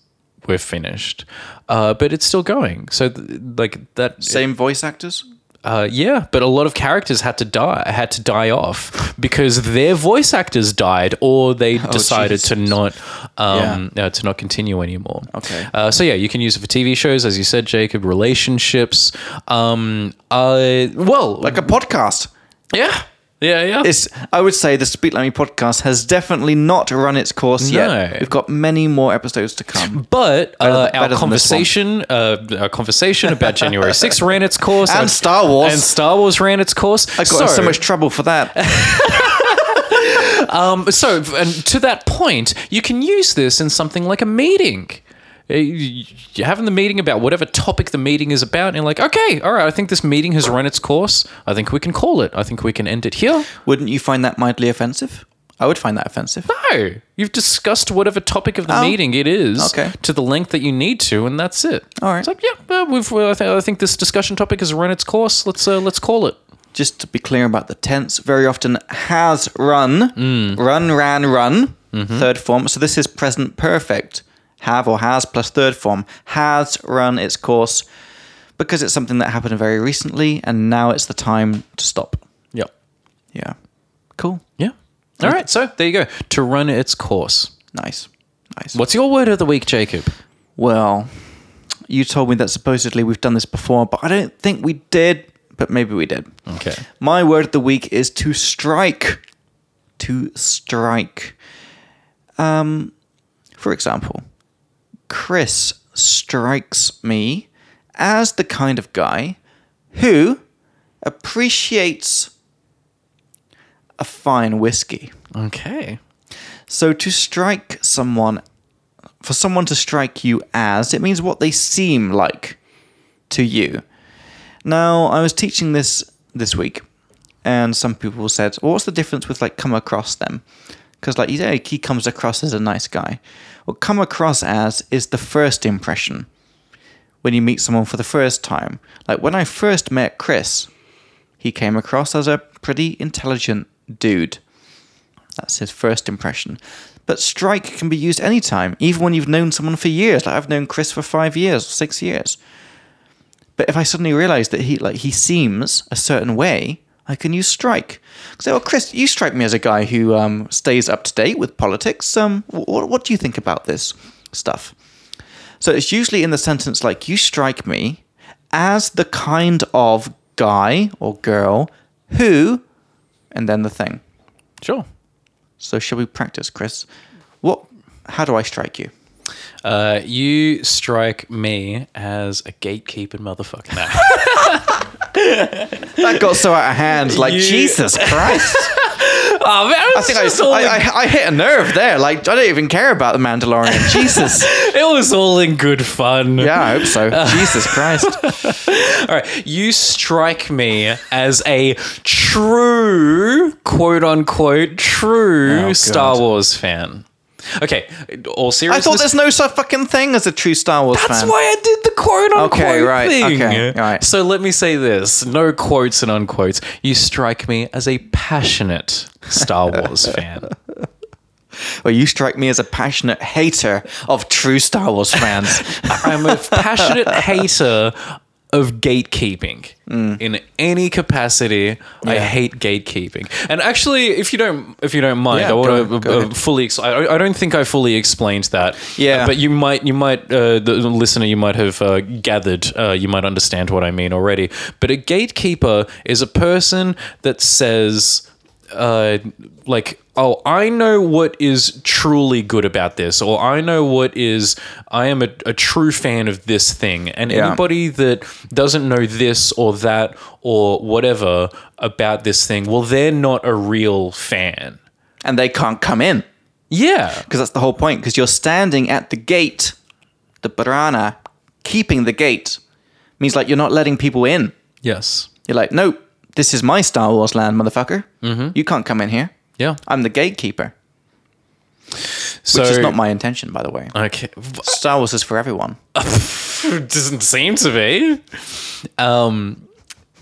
We're finished. Uh, but it's still going. So, th- like, that. Same voice actors? Uh, yeah, but a lot of characters had to die, had to die off because their voice actors died, or they Oh, decided to not, um, uh, to not continue anymore. Okay. Uh, so yeah, you can use it for TV shows, as you said, Jacob. Relationships. Um. I well. Like a podcast. yeah. Yeah. Yeah. It's I would say the Speak Like Me podcast has definitely not run its course No. yet. We've got many more episodes to come. but uh, better than our this conversation, uh, our conversation about January 6th ran its course, And Star Wars. and Star Wars ran its course. I got in so much trouble for that. so and to that point, you can use this in something like a meeting. Uh, You're having the meeting about whatever topic the meeting is about, and you're like, okay, all right, I think this meeting has run its course. I think we can call it. I think we can end it here. Wouldn't you find that mildly offensive? I would find that offensive. No, you've discussed whatever topic of the Oh. meeting it is Okay. to the length that you need to, and that's it. All right. It's like, yeah, uh, we've, well, I, th- I think this discussion topic has run its course. Let's uh, let's call it. Just to be clear about the tense, very often has run, run, ran, run, third form. So this is present perfect, have or has plus third form, has run its course because it's something that happened very recently and now it's the time to stop. Yeah. Yeah. Cool. Yeah. All right. So there you go. To run its course. Nice. Nice. What's your word of the week, Jacob? Well, you told me that supposedly we've done this before, but I don't think we did, but maybe we did. Okay. My word of the week is to strike. To strike. Um, for example, Chris strikes me as the kind of guy who appreciates a fine whiskey. Okay. So to strike someone, for someone to strike you as, it means what they seem like to you. Now, I was teaching this this week, and some people said, well, "What's the difference with like come across them?" Because like you say, he comes across as a nice guy. Well, come across as is the first impression when you meet someone for the first time. Like when I first met Chris, he came across as a pretty intelligent dude. That's his first impression. But strike can be used anytime, even when you've known someone for years. Like I've known Chris for five years, six years. But if I suddenly realise that he like he seems a certain way, I can use strike. Say, well, Chris, you strike me as a guy who um, stays up to date with politics. Um, what, what do you think about this stuff? So it's usually in the sentence like, you strike me as the kind of guy or girl who, and then the thing. Sure. So shall we practice, Chris? What? How do I strike you? Uh, you strike me as a gatekeeping motherfucker. No. That got so out of hand. Like You- Jesus Christ! oh, man, I think I, I, I, I hit a nerve there. Like I don't even care about the Mandalorian. Jesus. it was all in good fun. Yeah, I hope so. Jesus Christ. All right, you strike me as a true, quote unquote, true God. Star Wars fan. Okay, all I seriousness. thought there's no such fucking thing as a true Star Wars that's fan. why I did the quote unquote Okay, right, thing. okay, right. So let me say this: no quotes and unquotes. You strike me as a passionate Star Wars fan. Well, you strike me as a passionate hater of true Star Wars fans. I'm a passionate hater of gatekeeping Mm. in any capacity. I hate gatekeeping. And actually, if you don't, if you don't mind, Yeah, I go want ahead, to go uh, ahead. fully. Ex- I, I don't think I fully explained that. Yeah. Uh, but you might, you might, uh, the the listener, you might have uh, gathered. Uh, you might understand what I mean already. But a gatekeeper is a person that says uh, like, oh, I know what is truly good about this, or I know what is, I am a, a true fan of this thing. And Yeah. anybody that doesn't know this or that or whatever about this thing, well, they're not a real fan. and they can't come in Yeah. because that's the whole point. Because you're standing at the gate, the barana, keeping the gate means like you're not letting people in. Yes. You're like, nope, this is my Star Wars land, motherfucker. Mm-hmm. You can't come in here. Yeah. I'm the gatekeeper, So, Uh, which is not my intention, by the way. Okay. Star Wars is for everyone. doesn't seem to be. Um,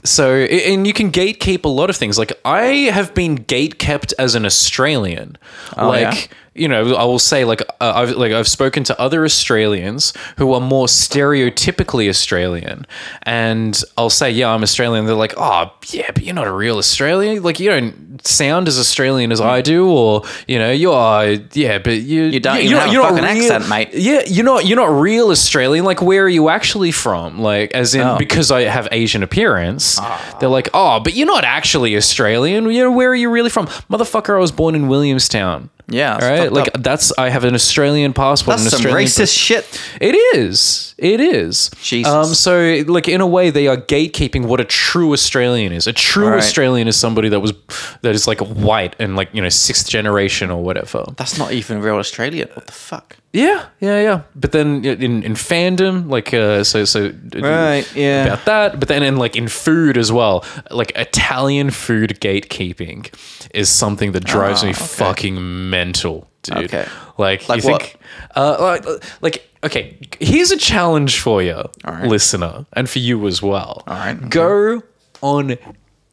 so, a- and you can gatekeep a lot of things. Like, I have been gatekept as an Australian. like, you know, I will say, like, uh, I've like I've spoken to other Australians who are more stereotypically Australian, and I'll say, yeah, I'm Australian. They're like, oh, yeah, but you're not a real Australian. Like, you don't sound as Australian as I do, or you know, you're, uh, yeah, but you you don't even you're have a you're fucking real- accent, mate. yeah, you're not you're not real Australian. Like, where are you actually from? Like, as in Oh. Ah. because I have Asian appearance, they're like, oh, but you're not actually Australian. You know, where are you really from, motherfucker? I was born in Williamstown. Yeah, All right. fucked Like up. that's I have an Australian passport. That's and some Australian racist shit. It is. It is. Jesus. Um, so, like in a way, they are gatekeeping what a true Australian is. A true Right. Australian is somebody that was that is like white and like you know sixth generation or whatever. That's not even real Australian. What the fuck? Yeah, yeah, yeah. But then y- in, in fandom, like uh, so so d- Right, yeah. about that. But then in like in food as well, like Italian food gatekeeping is something that drives me fucking mental, dude. Ah, Okay. Like, Like you what? think, uh, like, like okay, here's a challenge for you, listener, and for you as well. All right, okay. go on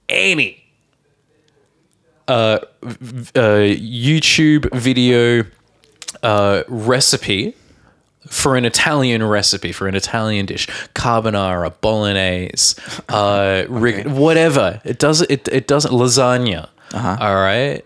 any uh, YouTube video uh, recipe for an Italian recipe for an Italian dish, carbonara, bolognese, uh, rig- whatever. It doesn't. It, it doesn't lasagna. All right.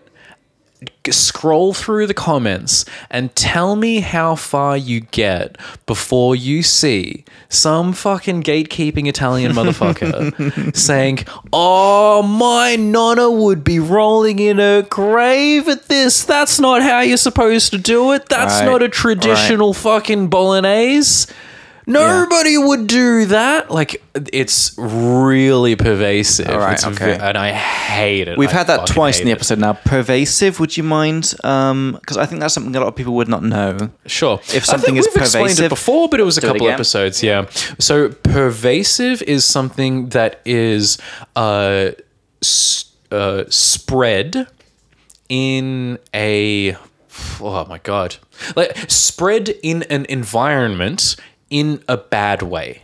G- Scroll through the comments and tell me how far you get before you see some fucking gatekeeping Italian motherfucker saying, Oh, my nonna would be rolling in her grave at this. That's not how you're supposed to do it. That's Right, not a right. traditional traditional fucking bolognese. Nobody would do that. Like it's really pervasive. right, It's okay. ve- and I hate it. We've I had that fucking twice in the hate it. episode now. Pervasive, would you mind? Because I think that's something a lot of people would not know. Sure. If something I think is we've explained pervasive, it before, but it was a do it couple again. episodes. Yeah. So pervasive is something that is uh, s- uh, spread in a oh my god, like spread in an environment in a bad way.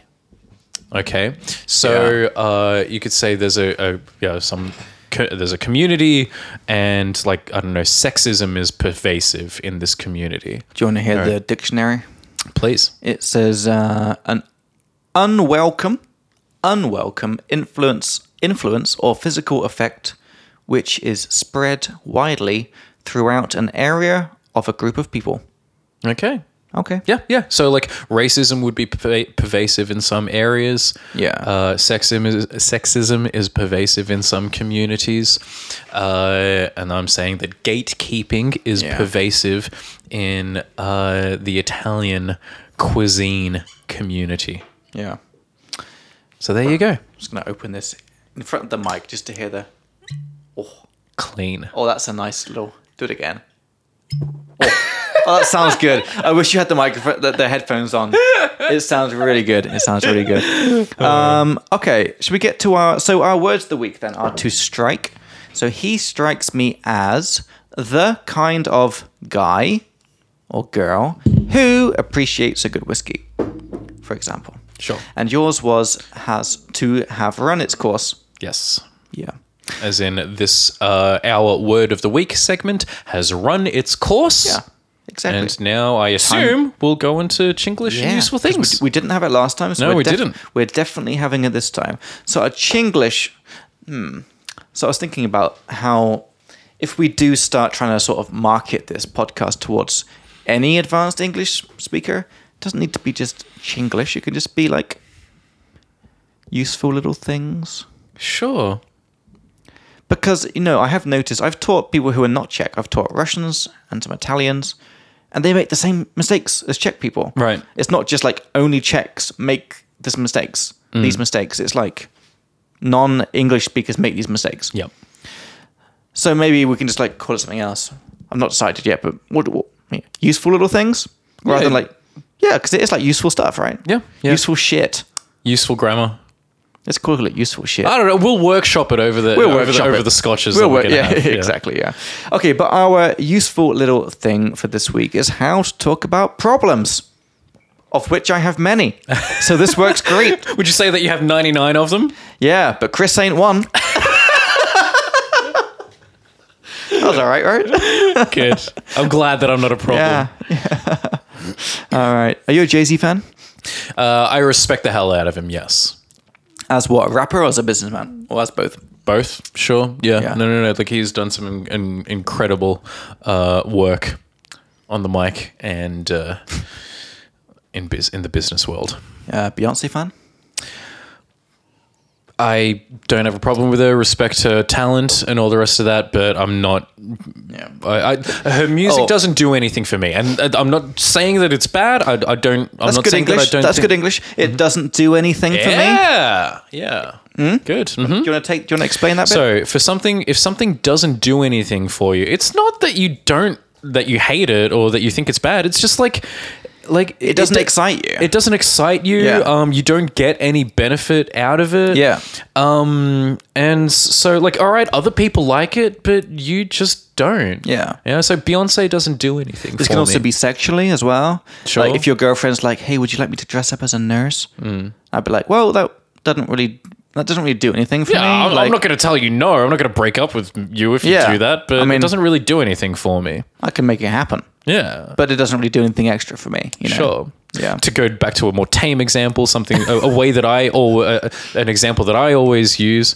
Okay, so uh, you could say there's a, a yeah some co- there's a community and like I don't know sexism is pervasive in this community. Do you want to hear the dictionary? Please. It says uh, an unwelcome, unwelcome influence, influence or physical effect, which is spread widely throughout an area of a group of people. Okay. Okay. Yeah, yeah. So like racism would be perva- pervasive in some areas. Yeah. Uh, sexism is sexism is pervasive in some communities, uh, and I'm saying that gatekeeping is Yeah. pervasive in uh, the Italian cuisine community. Yeah. So there you go. just gonna open this in front of the mic just to hear the. Oh, Clean. oh, that's a nice little. Do it again. Oh, oh that sounds good. I wish you had the microphone, the, the headphones on. It sounds really good. It sounds really good. Um, okay, should we get to our so our words of the week then are to strike. So he strikes me as the kind of guy or girl who appreciates a good whiskey, for example. Sure. And yours was has to have run its course. Yes. Yeah. As in this, uh, our word of the week segment has run its course. Yeah. Exactly. And now I assume we'll go into Chinglish and Yeah, useful 'cause things. We, we didn't have it last time. So No, we're we didn't. We're definitely having it this time. So a Chinglish. Hmm. So I was thinking about how if we do start trying to sort of market this podcast towards any advanced English speaker, it doesn't need to be just Chinglish. It can just be like useful little things. Sure. because you know I have noticed I've taught people who are not Czech. I've taught Russians and some Italians, and they make the same mistakes as Czech people. Right. It's not just like only Czechs make this mistakes. Mm. These mistakes. It's like non-English speakers make these mistakes. Yep. So maybe we can just like call it something else. I'm not decided yet, but what, what useful little things rather than Yeah. like yeah, because it is like useful stuff, right? Yeah, yeah. Useful shit. Useful grammar. Let's call it useful shit. I don't know. We'll workshop it over the We'll over, the, workshop over it. the scotches. We'll that work, we're gonna yeah, have. exactly, yeah. Okay, but our useful little thing for this week is how to talk about problems, of which I have many. So this works great. Would you say that you have ninety nine of them? Yeah, but Chris ain't one. that was all right, right? Good. I'm glad that I'm not a problem. Yeah. all right. Are you a Jay Z fan? Uh, I respect the hell out of him. Yes. As what, a rapper or as a businessman? Or as both? Both. Sure. Yeah. Yeah. No. No. No. Like he's done some in, in, incredible uh, work on the mic and uh, in biz in the business world. Uh, Beyonce fan? I don't have a problem with her, respect her talent and all the rest of that, but I'm not. I, I, her music Oh. doesn't do anything for me, and, and I'm not saying that it's bad. I, I don't. I'm That's not good saying English. that I don't. That's think- Mm-hmm. good English. It doesn't do anything for me. Hmm? Yeah, yeah, good. mhm. Do you want to take? Do you want to explain that bit? So for something, if something doesn't do anything for you, it's not that you don't that you hate it or that you think it's bad. It's just like like it, doesn't do- excite you. It doesn't excite you. Yeah. Um, you don't get any benefit out of it. Yeah. Um, and so like, all right, other people like it, but you just don't. Yeah. Yeah. So Beyonce doesn't do anything. This for can also me. be sexually as well. Sure. Like if your girlfriend's like, "Hey, would you like me to dress up as a nurse?" Hmm. Mm. I'd be like, "Well, that doesn't really that doesn't really do anything for Yeah, me." I'm, I'm Like, not going to tell you no. I'm not going to break up with you if you Yeah. do that. But I mean- it doesn't really do anything for me. I can make it happen, Yeah. but it doesn't really do anything extra for me. You know? Sure. Yeah. To go back to a more tame example, something a, a way that I or uh, an example that I always use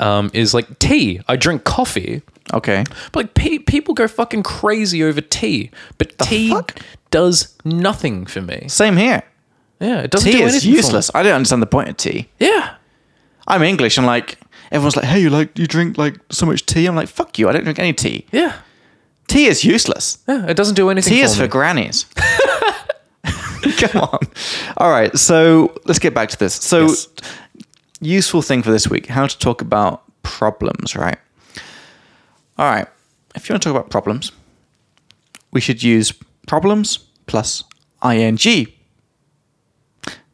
um, is like tea. I drink coffee, Okay. but like pe- people go fucking crazy over tea. But tea fuck? does nothing for me. Same here. Yeah, it doesn't Tea do is anything. for me. useless. I don't understand the point of tea. Yeah. I'm English and like everyone's like, "Hey, you like you drink like so much tea?" I'm like, "Fuck you! I don't drink any tea. Yeah. Tea is useless. Yeah, it doesn't do anything. Tea for is me. for grannies." Come on. All right. So let's get back to this. So Yes. useful thing for this week: how to talk about problems. Right. All right. If you want to talk about problems, we should use problems plus ing.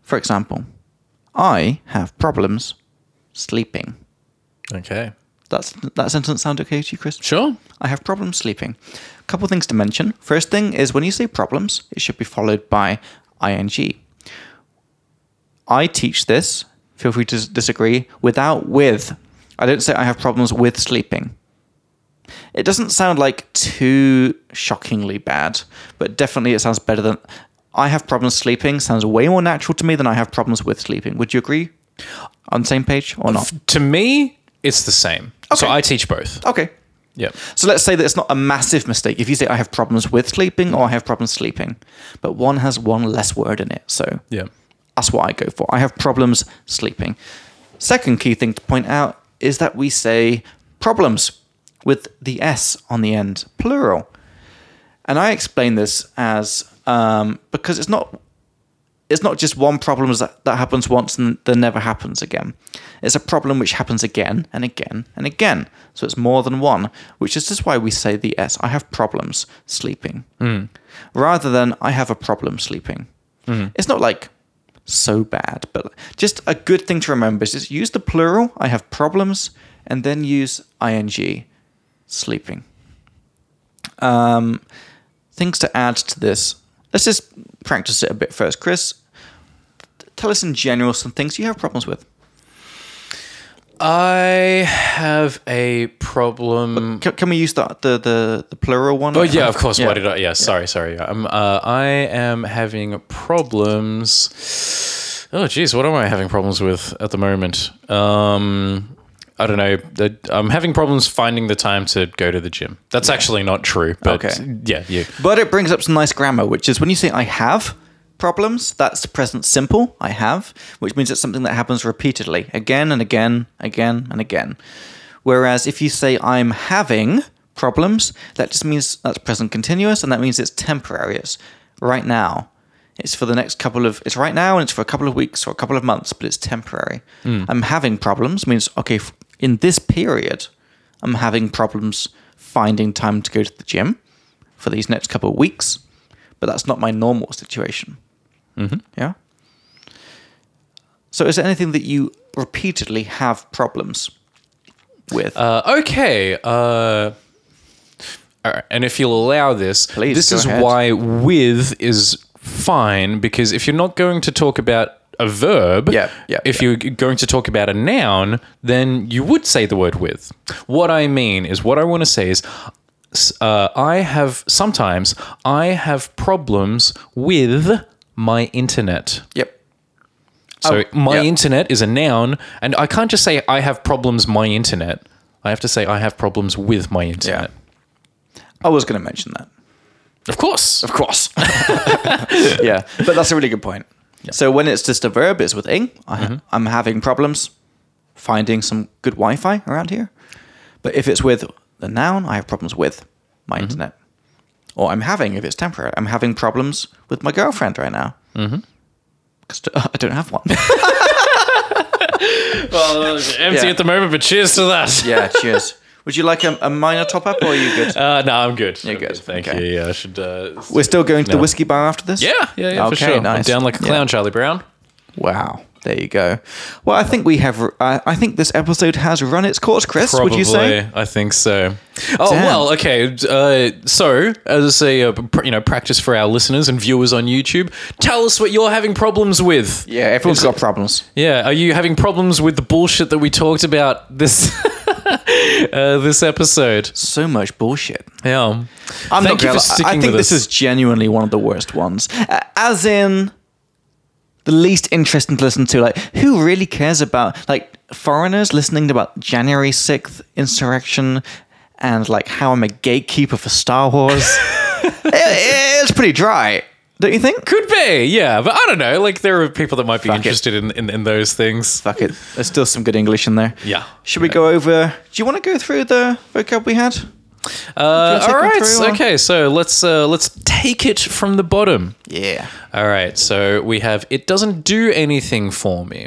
For example, I have problems sleeping. Okay. That's that sentence sound okay to you, Chris? Sure. I have problems sleeping. A couple things to mention. First thing is when you say problems, it should be followed by ing. I teach this. Feel free to s- disagree. Without with, I don't say I have problems with sleeping. It doesn't sound like too shockingly bad, but definitely it sounds better than I have problems sleeping. Sounds way more natural to me than I have problems with sleeping. Would you agree? On the same page or not? To me, it's the same. So Okay. I teach both. Okay. Yeah. So let's say that it's not a massive mistake. If you say I have problems with sleeping or I have problems sleeping, but one has one less word in it. So Yeah. that's what I go for. I have problems sleeping. Second key thing to point out is that we say problems with the S on the end, plural. And I explain this as um, because it's not it's not just one problem that, that happens once and then never happens again. It's a problem which happens again and again and again. So it's more than one, which is just why we say the S. I have problems sleeping. Rather than I have a problem sleeping. It's not like so bad, but just a good thing to remember is just use the plural, I have problems, and then use ing, sleeping. Um, things to add to this. Let's just practice it a bit first. Chris, t- tell us in general some things you have problems with. I have a problem. Can, can we use the, the, the, the plural one? Mm. Oh yeah, of course. Why did I? Yeah, sorry, sorry. I'm, uh, I am having problems. Oh geez, what am I having problems with at the moment? Um, I don't know. That- I'm having problems finding the time to go to the gym. That's actually not true. But Okay. yeah, you. But it brings up some nice grammar, which is when you say I have problems, that's present simple, I have, which means it's something that happens repeatedly, again and again, again and again. Whereas if you say I'm having problems, that just means that's present continuous and that means it's temporary. It's right now. It's for the next couple of it's right now and it's for a couple of weeks or a couple of months, but it's temporary. I'm having problems means okay, f- in this period, I'm having problems finding time to go to the gym for these next couple of weeks, but that's not my normal situation. Mm-hmm. Yeah. So, is there anything that you repeatedly have problems with? Uh, okay. Uh, all right. And if you'll allow this, Please, this go is ahead. why with is fine because if you're not going to talk about a verb, Yeah, yeah, if you're g- going to talk about a noun, then you would say the word with. What I mean is, what I want to say is, s- uh, I have sometimes I have problems with my internet. yep. So Oh, my yeah. internet is a noun, and I can't just say I have problems my internet. I have to say I have problems with my internet. I was going to mention that. Of course. Of course. yeah, Mm-hmm. but that's a really good point. So, when it's just a verb, it's with ing. I, I'm having problems finding some good Wi-Fi around here. But if it's with the noun, I have problems with my Mm-hmm. internet, or I'm having if it's temporary. I'm having problems with my girlfriend right now Mm-hmm. because I don't have one. Well, it's empty Yeah. at the moment, but cheers to that. yeah, cheers. Would you like a, a minor top up, or are you good? Uh, no, I'm good. You're I'm good. Thank Okay. you. Yeah, I should. Uh, s- We're still going to the No. whiskey bar after this. yeah, yeah, yeah, for Okay, sure. nice. I'm down like a Yeah. clown, Charlie Brown. Wow. There you go. Well, I think we have. Uh, I think this episode has run its course, Chris. Would you say? I think so. Oh Damn. well, okay. Uh, so, as I say, uh, pr- you know, practice for our listeners and viewers on YouTube. Tell us what you're having problems with. Yeah, everyone's got problems. Yeah, are you having problems with the bullshit that we talked about this uh, this episode? So much bullshit. Yeah, I'm Thank not you gonna for lie. sticking I think with this us. is genuinely one of the worst ones. Uh, as in, the least interesting to listen to. Like, who really cares about like foreigners listening about January sixth insurrection and like how I'm a gatekeeper for Star Wars? It- it's pretty dry, don't you think? could be. Yeah, but I don't know. Like, there are people that might be Fuck it. interested in, in in those things. Fuck it. There's still some good English in there. Yeah. Should we go over? Do you want to go through the vocab we had? Do Uh, you all wanna take right. them through, or- okay, so let's uh, let's take it from the bottom. Yeah. All right, so we have it doesn't do anything for me.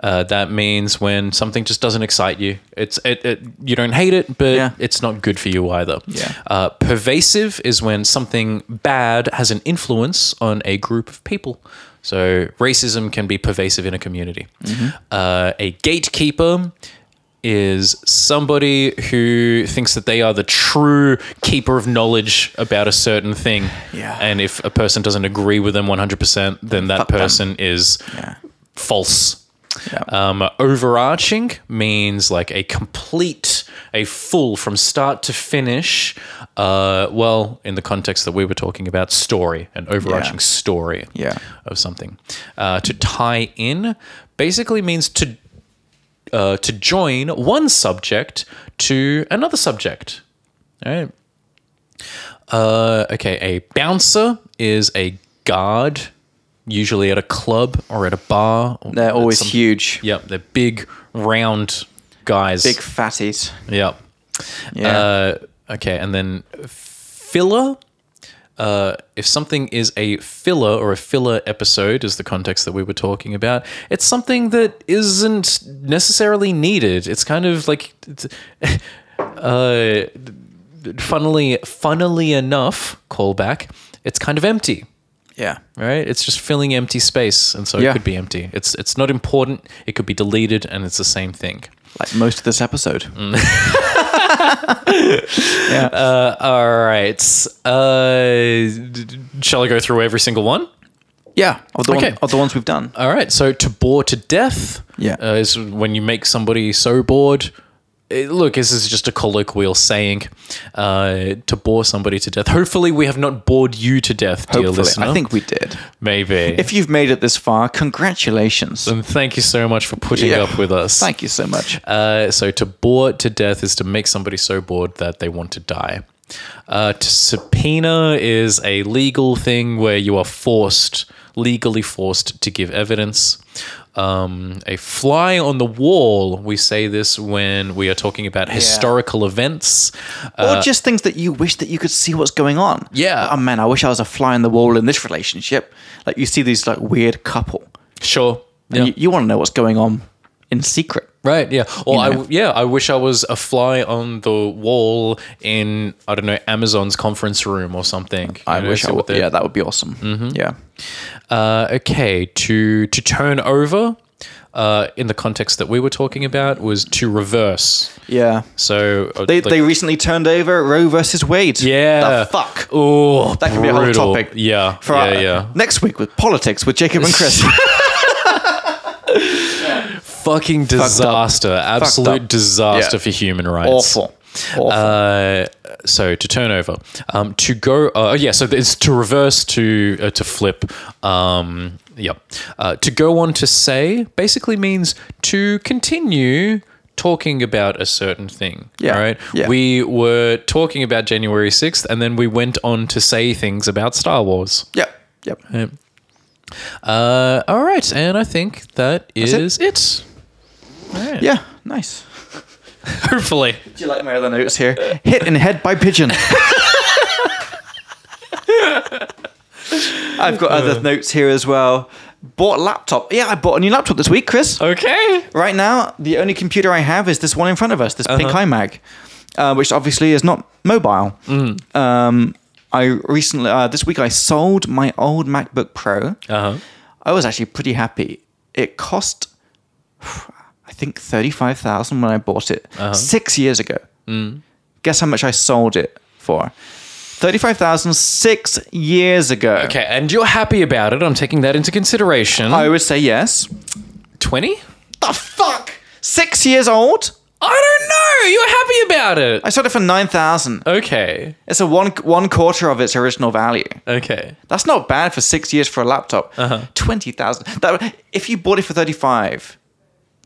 Uh, that means when something just doesn't excite you, it's it, it you don't hate it, but Yeah. it's not good for you either. Yeah. Uh, pervasive is when something bad has an influence on a group of people. So racism can be pervasive in a community. Mm-hmm. Uh, a gatekeeper is somebody who thinks that they are the true keeper of knowledge about a certain thing. Yeah. And if a person doesn't agree with them 100%, then that Fuck them. person is Yeah. false. Yeah. Um, overarching means like a complete, a full from start to finish. Uh, well, in the context that we were talking about, story, an overarching Yeah. story Yeah. of something. Uh, to tie in basically means to uh, to join one subject to another subject. All right. Uh, okay, a bouncer is a guard, usually at a club or at a bar. or They're at always some- huge. Yep, they're big, round guys. Big fatties. Yep. Yeah. Uh, okay, and then filler. Uh, if something is a filler or a filler episode, is the context that we were talking about, it's something that isn't necessarily needed. It's kind of like, it's, uh, funnily, funnily enough, callback. It's kind of empty, yeah. right? It's just filling empty space, and so Yeah. it could be empty. It's it's not important. It could be deleted, and it's the same thing. Like most of this episode. yeah. Mm. Uh, all right. Uh, d- d- shall I go through every single one? yeah. Of the, okay. Uh, one, of the ones we've done. All right. So to bore to death Yeah. uh, is when you make somebody so bored. Eh, look, this is just a colloquial saying uh, to bore somebody to death. Hopefully, we have not bored you to death, dear Hopefully. listener. I think we did. maybe. If you've made it this far, congratulations. and thank you so much for putting Yeah. up with us. Thank you so much. Uh, so to bore to death is to make somebody so bored that they want to die. Uh, to subpoena is a legal thing where you are forced, legally forced, to give evidence. Um, a fly on the wall. We say this when we are talking about historical events. Uh, or just things that you wish that you could see what's going on. Yeah. Oh man, I wish I was a fly in the wall in this relationship. Like you see these like weird couple. Sure. And you, you want to know what's going on in secret. Right, yeah. Or I know? yeah, I wish I was a fly on the wall in I don't know Amazon's conference room or something. I You know, wish see I what Mm-hmm. would. they're- Yeah, that would be awesome. Yeah. Uh, okay, to to turn over uh, in the context that we were talking about was to reverse. Yeah. So uh, They, like- they recently turned over Roe versus Wade. yeah The fuck. oh That could be a whole brutal. topic yeah For yeah our- yeah Next week with politics with Jacob and Chris. fucking disaster absolute up. disaster Yeah. for human rights Awful. Awful. Uh, so to turn over, um, to go, uh, yeah. So it's to reverse, to uh, to flip. Um, yep. Uh, to go on to say basically means to continue talking about a certain thing. Yeah, All right. yeah. We were talking about January sixth, and then we went on to say things about Star Wars. yep. Yep. Uh, all right, and I think that is it. Alright. Yeah, nice. Hopefully. Do you like my other notes here? Hit in head by pigeon. I've got Uh. other notes here as well. Bought a laptop. Yeah, I bought a new laptop this week, Chris. Okay. Right now, the only computer I have is this one in front of us, this pink iMac, uh, which obviously is not mobile. Um, I recently, uh, this week, I sold my old MacBook Pro. Uh huh. I was actually pretty happy. It cost, I think, thirty-five thousand when I bought it six years ago. Guess how much I sold it for? Thirty-five thousand six years ago. Okay, and you're happy about it. I'm taking that into consideration. I would say yes. 20? The fuck? Six years old? I don't know. You're happy about it. I sold it for nine thousand. Okay. It's a one one quarter of its original value. Okay. That's not bad for six years for a laptop. Uh-huh. Twenty thousand. That if you bought it for thirty-five,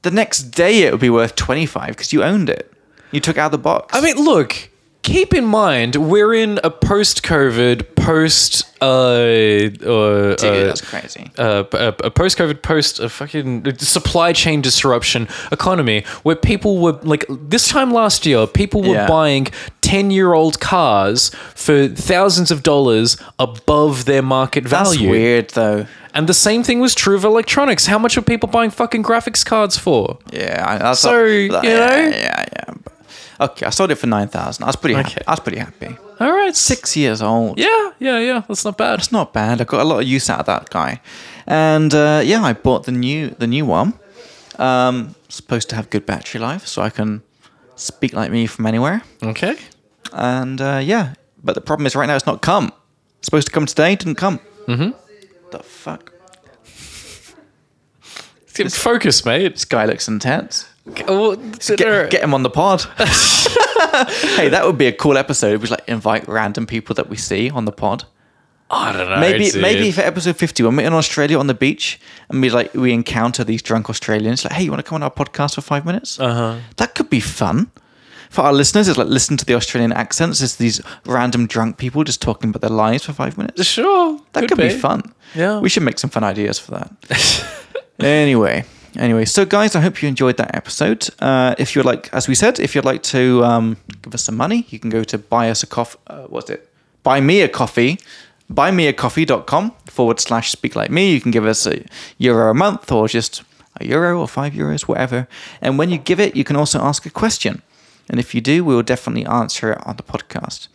the next day it would be worth twenty-five because you owned it. You took it out of the box. I mean, look, keep in mind we're in a post-COVID, post uh, uh, Dude, uh, that's crazy. uh, a, a post-COVID, post a fucking supply chain disruption economy where people were like this time last year, people were Yeah. buying ten-year-old cars for thousands of dollars above their market That's value, weird, though. and the same thing was true of electronics. How much are people buying fucking graphics cards for? Yeah, I- that's So, you yeah, know? yeah, yeah. But- Okay, I sold it for nine thousand. I was pretty. Happy. Okay. I was pretty happy. All right, six. Six years old. Yeah, yeah, yeah. That's not bad. it's not bad. I got a lot of use out of that guy, and uh, yeah, I bought the new the new one. Um, supposed to have good battery life, so I can speak like me from anywhere. Okay. And uh, yeah, but the problem is right now it's not come. It's supposed to come today, didn't come. Mm-hmm. The fuck. Focus, mate. oh, This guy looks intense. Well, Get, get him on the pod. hey, that would be a cool episode. We like invite random people that we see on the pod. I don't know. Maybe dude. maybe for episode fifty, when we're in Australia on the beach and we like we encounter these drunk Australians, like, hey, you want to come on our podcast for five minutes? Uh-huh. That could be fun. For our listeners, it's like listen to the Australian accents. It's these random drunk people just talking about their lives for five minutes. sure That could, be. fun. Yeah. we should make some fun ideas for that. anyway, anyway, so guys, I hope you enjoyed that episode. Uh, if you'd like, as we said, if you'd like to um, give us some money, you can go to buy us a coffee. Uh, what's it? Buy me a coffee. Buymeacoffee.com forward slash speak like me. You can give us a euro a month or just a euro or five euros, whatever. And when you give it, you can also ask a question. And if you do, we will definitely answer it on the podcast.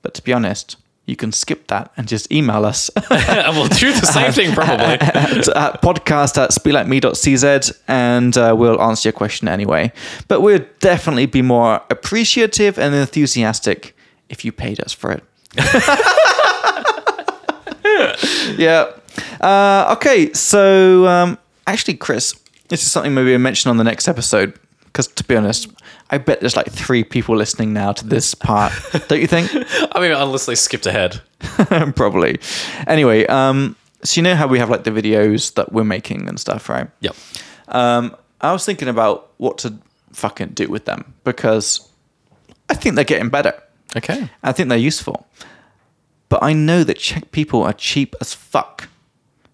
But to be honest, you can skip that and just email us we'll do the same thing probably. at, at podcast at speaklikeme.cz and uh, we'll answer your question anyway. But we'd definitely be more appreciative and enthusiastic if you paid us for it. yeah. Uh, okay, so um, actually, Chris, this is something maybe I mention on the next episode. Because to be honest, I bet there's like three people listening now to this part, don't you think? I mean, unless they skipped ahead. Probably. Anyway, um, so you know how we have like the videos that we're making and stuff, right? Yep. Um, I was thinking about what to fucking do with them because I think they're getting better. Okay. I think they're useful. But I know that Czech people are cheap as fuck.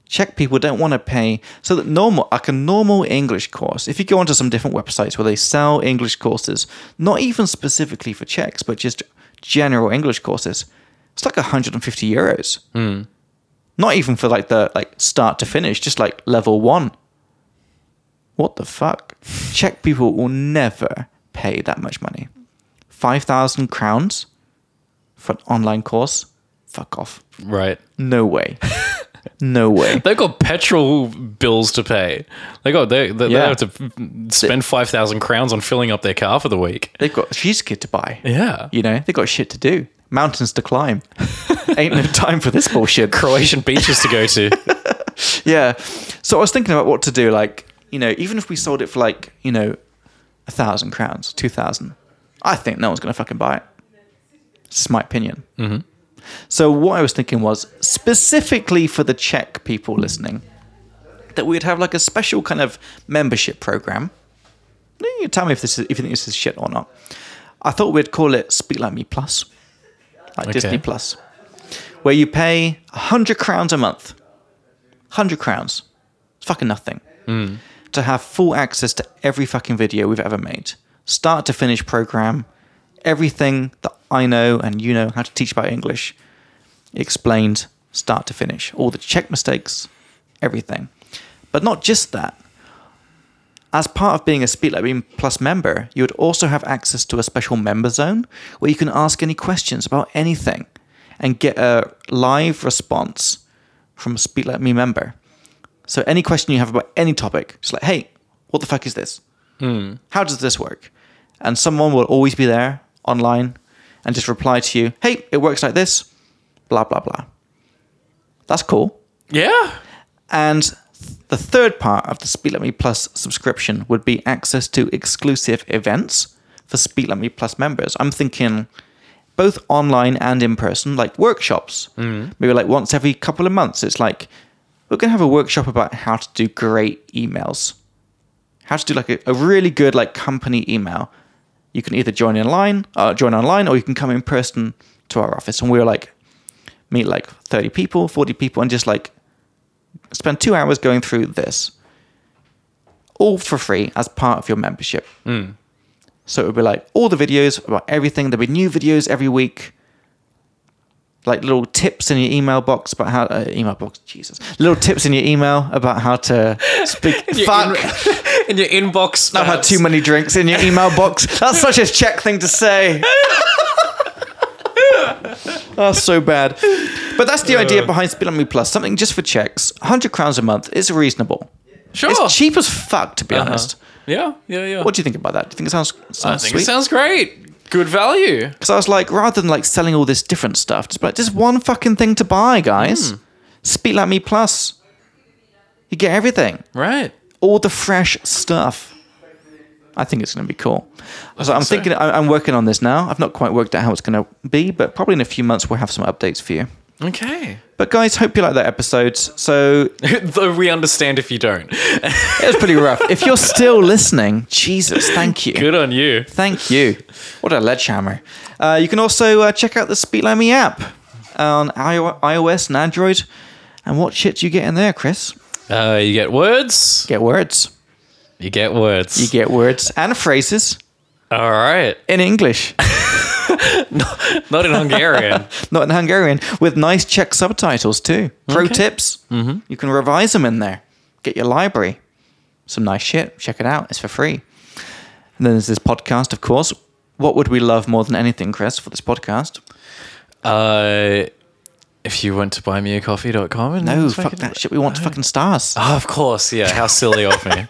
Czech people don't want to pay. So that normal, like a normal English course, if you go onto some different websites where they sell English courses, not even specifically for Czechs, but just general English courses, it's like 150 euros. Not even for like the like start to finish, just like level one. What the fuck? Czech people will never pay that much money. Five thousand crowns for an online course? Fuck off. Right. No way. no way. They got petrol bills to pay. They got they they, Yeah. they have to spend five thousand crowns on filling up their car for the week. They've got cheese kid to buy. Yeah. You know, they've got shit to do. Mountains to climb. Ain't no time for this bullshit. Croatian beaches to go to. Yeah. So I was thinking about what to do. Like, you know, even if we sold it for like, you know, a thousand crowns, two thousand, I think no one's going to fucking buy it. This is my opinion. Mm-hmm. So what I was thinking was specifically for the Czech people listening, that we'd have like a special kind of membership program. You tell me if this is, if you think this is shit or not. I thought we'd call it Speak Like Me Plus, like Okay. Disney Plus, where you pay hundred crowns a month. 100 crowns. It's fucking nothing. to have full access to every fucking video we've ever made, start to finish program, everything that I know and you know how to teach about English explained start to finish, all the check mistakes, everything. But not just that. As part of being a SpeedLabbeam Plus member, you would also have access to a special member zone where you can ask any questions about anything and get a live response from a Speak Like Me member. So any question you have about any topic, just like, hey, what the fuck is this? How does this work? And someone will always be there online and just reply to you, hey, it works like this, blah, blah, blah. That's cool. Yeah. And th- the third part of the Speak Like Me Plus subscription would be access to exclusive events for Speak Like Me Plus members. I'm thinking both online and in person, like workshops. Maybe like once every couple of months, it's like we're going to have a workshop about how to do great emails, how to do like a, a really good like company email. You can either join online, uh, join online, or you can come in person to our office, and we we're like meet like 30 people, 40 people, and just like spend two hours going through this all for free as part of your membership. Hmm. So it would be like all the videos about everything. There'll be new videos every week, like little tips in your email box about how uh, email box. Jesus, little tips in your email about how to speak. Fuck! In your inbox. I've had too many drinks in your email box. That's such a Czech thing to say. that's so bad. But that's the idea behind Speed Me Plus. Something just for checks. 100 crowns a month is reasonable. Sure. It's cheap as fuck, to be honest. Yeah, yeah, yeah. What do you think about that? Do you think it sounds, sounds Uh-huh. I think sweet? it sounds great. Good value. Because I was like, rather than like selling all this different stuff, just be like, just one fucking thing to buy, Hmm. guys. Speak Like Me Plus. You get everything, Right. all the fresh stuff. I think it's going to be cool. So I'm so. thinking, I- I'm working on this now. I've not quite worked out how it's going to be, but probably in a few months we'll have some updates for you. Okay. But guys, hope you like that episode. So Though we understand if you don't. it was pretty rough. if you're still listening, Jesus, thank you. Good on you. Thank you. What a ledgehammer. Uh, you can also uh, check out the Speak Like Me app on iO- iOS and Android. And what shit do you get in there, Chris? Uh, you get words. Get words. You get words. You get words and phrases All right. in English, Not in Hungarian. not in Hungarian, with nice Czech subtitles too. Pro tips. Mm-hmm. You can revise them in there. Get your library. Some nice shit. Check it out. It's for free. And then there's this podcast, of course. What would we love more than anything, Chris, for this podcast? uh, if you went to buymeacoffee.com and No, Ah. fucking- Oh, fuck that shit. We want fucking stars. Oh, of course, yeah. How silly of me.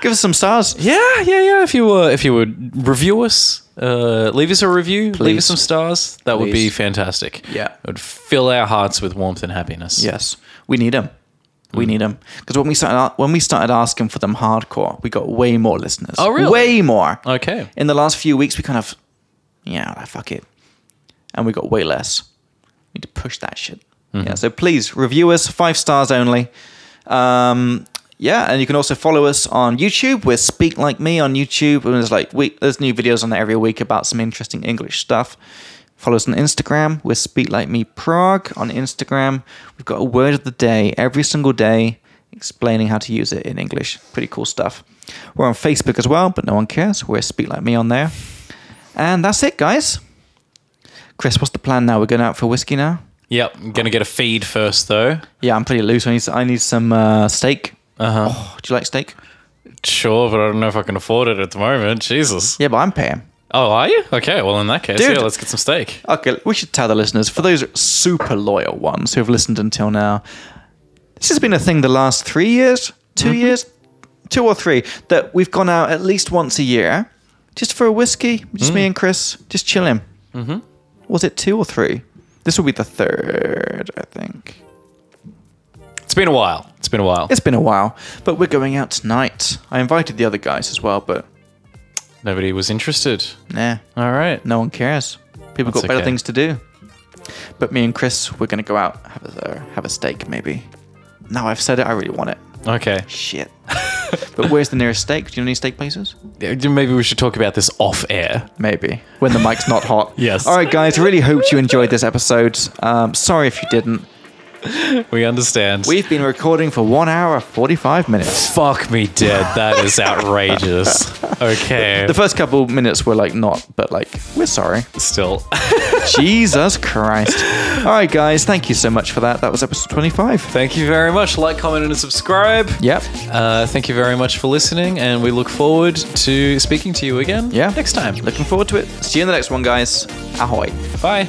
Give us some stars. yeah, yeah, yeah. If you were, if you would review us, uh, leave us a review, leave Please. us some stars. That would be Please. fantastic. Yeah. it would fill our hearts with warmth and happiness. Yes, we need them. Mm. We need them because when we started when we started asking for them hardcore, we got way more listeners. Oh, really? Way more. Okay. In the last few weeks, we kind of yeah, like, fuck it, and we got way less. We need to push that shit. Yeah. So please review us five stars only. Um, yeah, and you can also follow us on YouTube. We're Speak Like Me on YouTube, and there's like we, there's new videos on there every week about some interesting English stuff. Follow us on Instagram. We're Speak Like Me Prague on Instagram. We've got a word of the day every single day, explaining how to use it in English. Pretty cool stuff. We're on Facebook as well, but no one cares. We're Speak Like Me on there, and that's it, guys. Chris, what's the plan now? We're going out for whiskey now. Yep. I'm gonna get a feed first though. Yeah, I'm pretty loose. I need I need some uh, steak. Uh huh. Oh, do you like steak? Sure, but I don't know if I can afford it at the moment. Jesus. Yeah, but I'm paying. Oh, are you? Okay. Well, in that case, Dude. yeah, let's get some steak. Okay, we should tell the listeners for those super loyal ones who have listened until now. This has been a thing the last three years, 2 years, two or three that we've gone out at least once a year, just for a whiskey, just me and Chris, just chilling. Mm-hmm. Was it two or three? This will be the third, I think. It's been a while. It's been a while. It's been a while, but we're going out tonight. I invited the other guys as well, but Nobody was interested. nah, All right. no one cares. People That's got better okay. things to do. But me and Chris, we're gonna go out have a have a steak maybe. No, I've said it. I really want it. Okay. Shit. but where's the nearest steak? Do you know any steak places? Yeah, Maybe we should talk about this off air. Maybe when the mic's not hot. Yes. All right, guys. Really hoped you enjoyed this episode. Um, sorry if you didn't. We understand. We've been recording for one hour, 45 minutes. fuck me dead. That is outrageous. Okay. The first couple minutes were like, not, but like, we're sorry. Still. Jesus Christ. All right, guys, thank you so much for that. That was episode 25. Thank you very much. Like, comment, and subscribe. Yep. Uh, thank you very much for listening, and we look forward to speaking to you again Yeah. next time. Looking forward to it. See you in the next one, guys. Ahoy. Bye.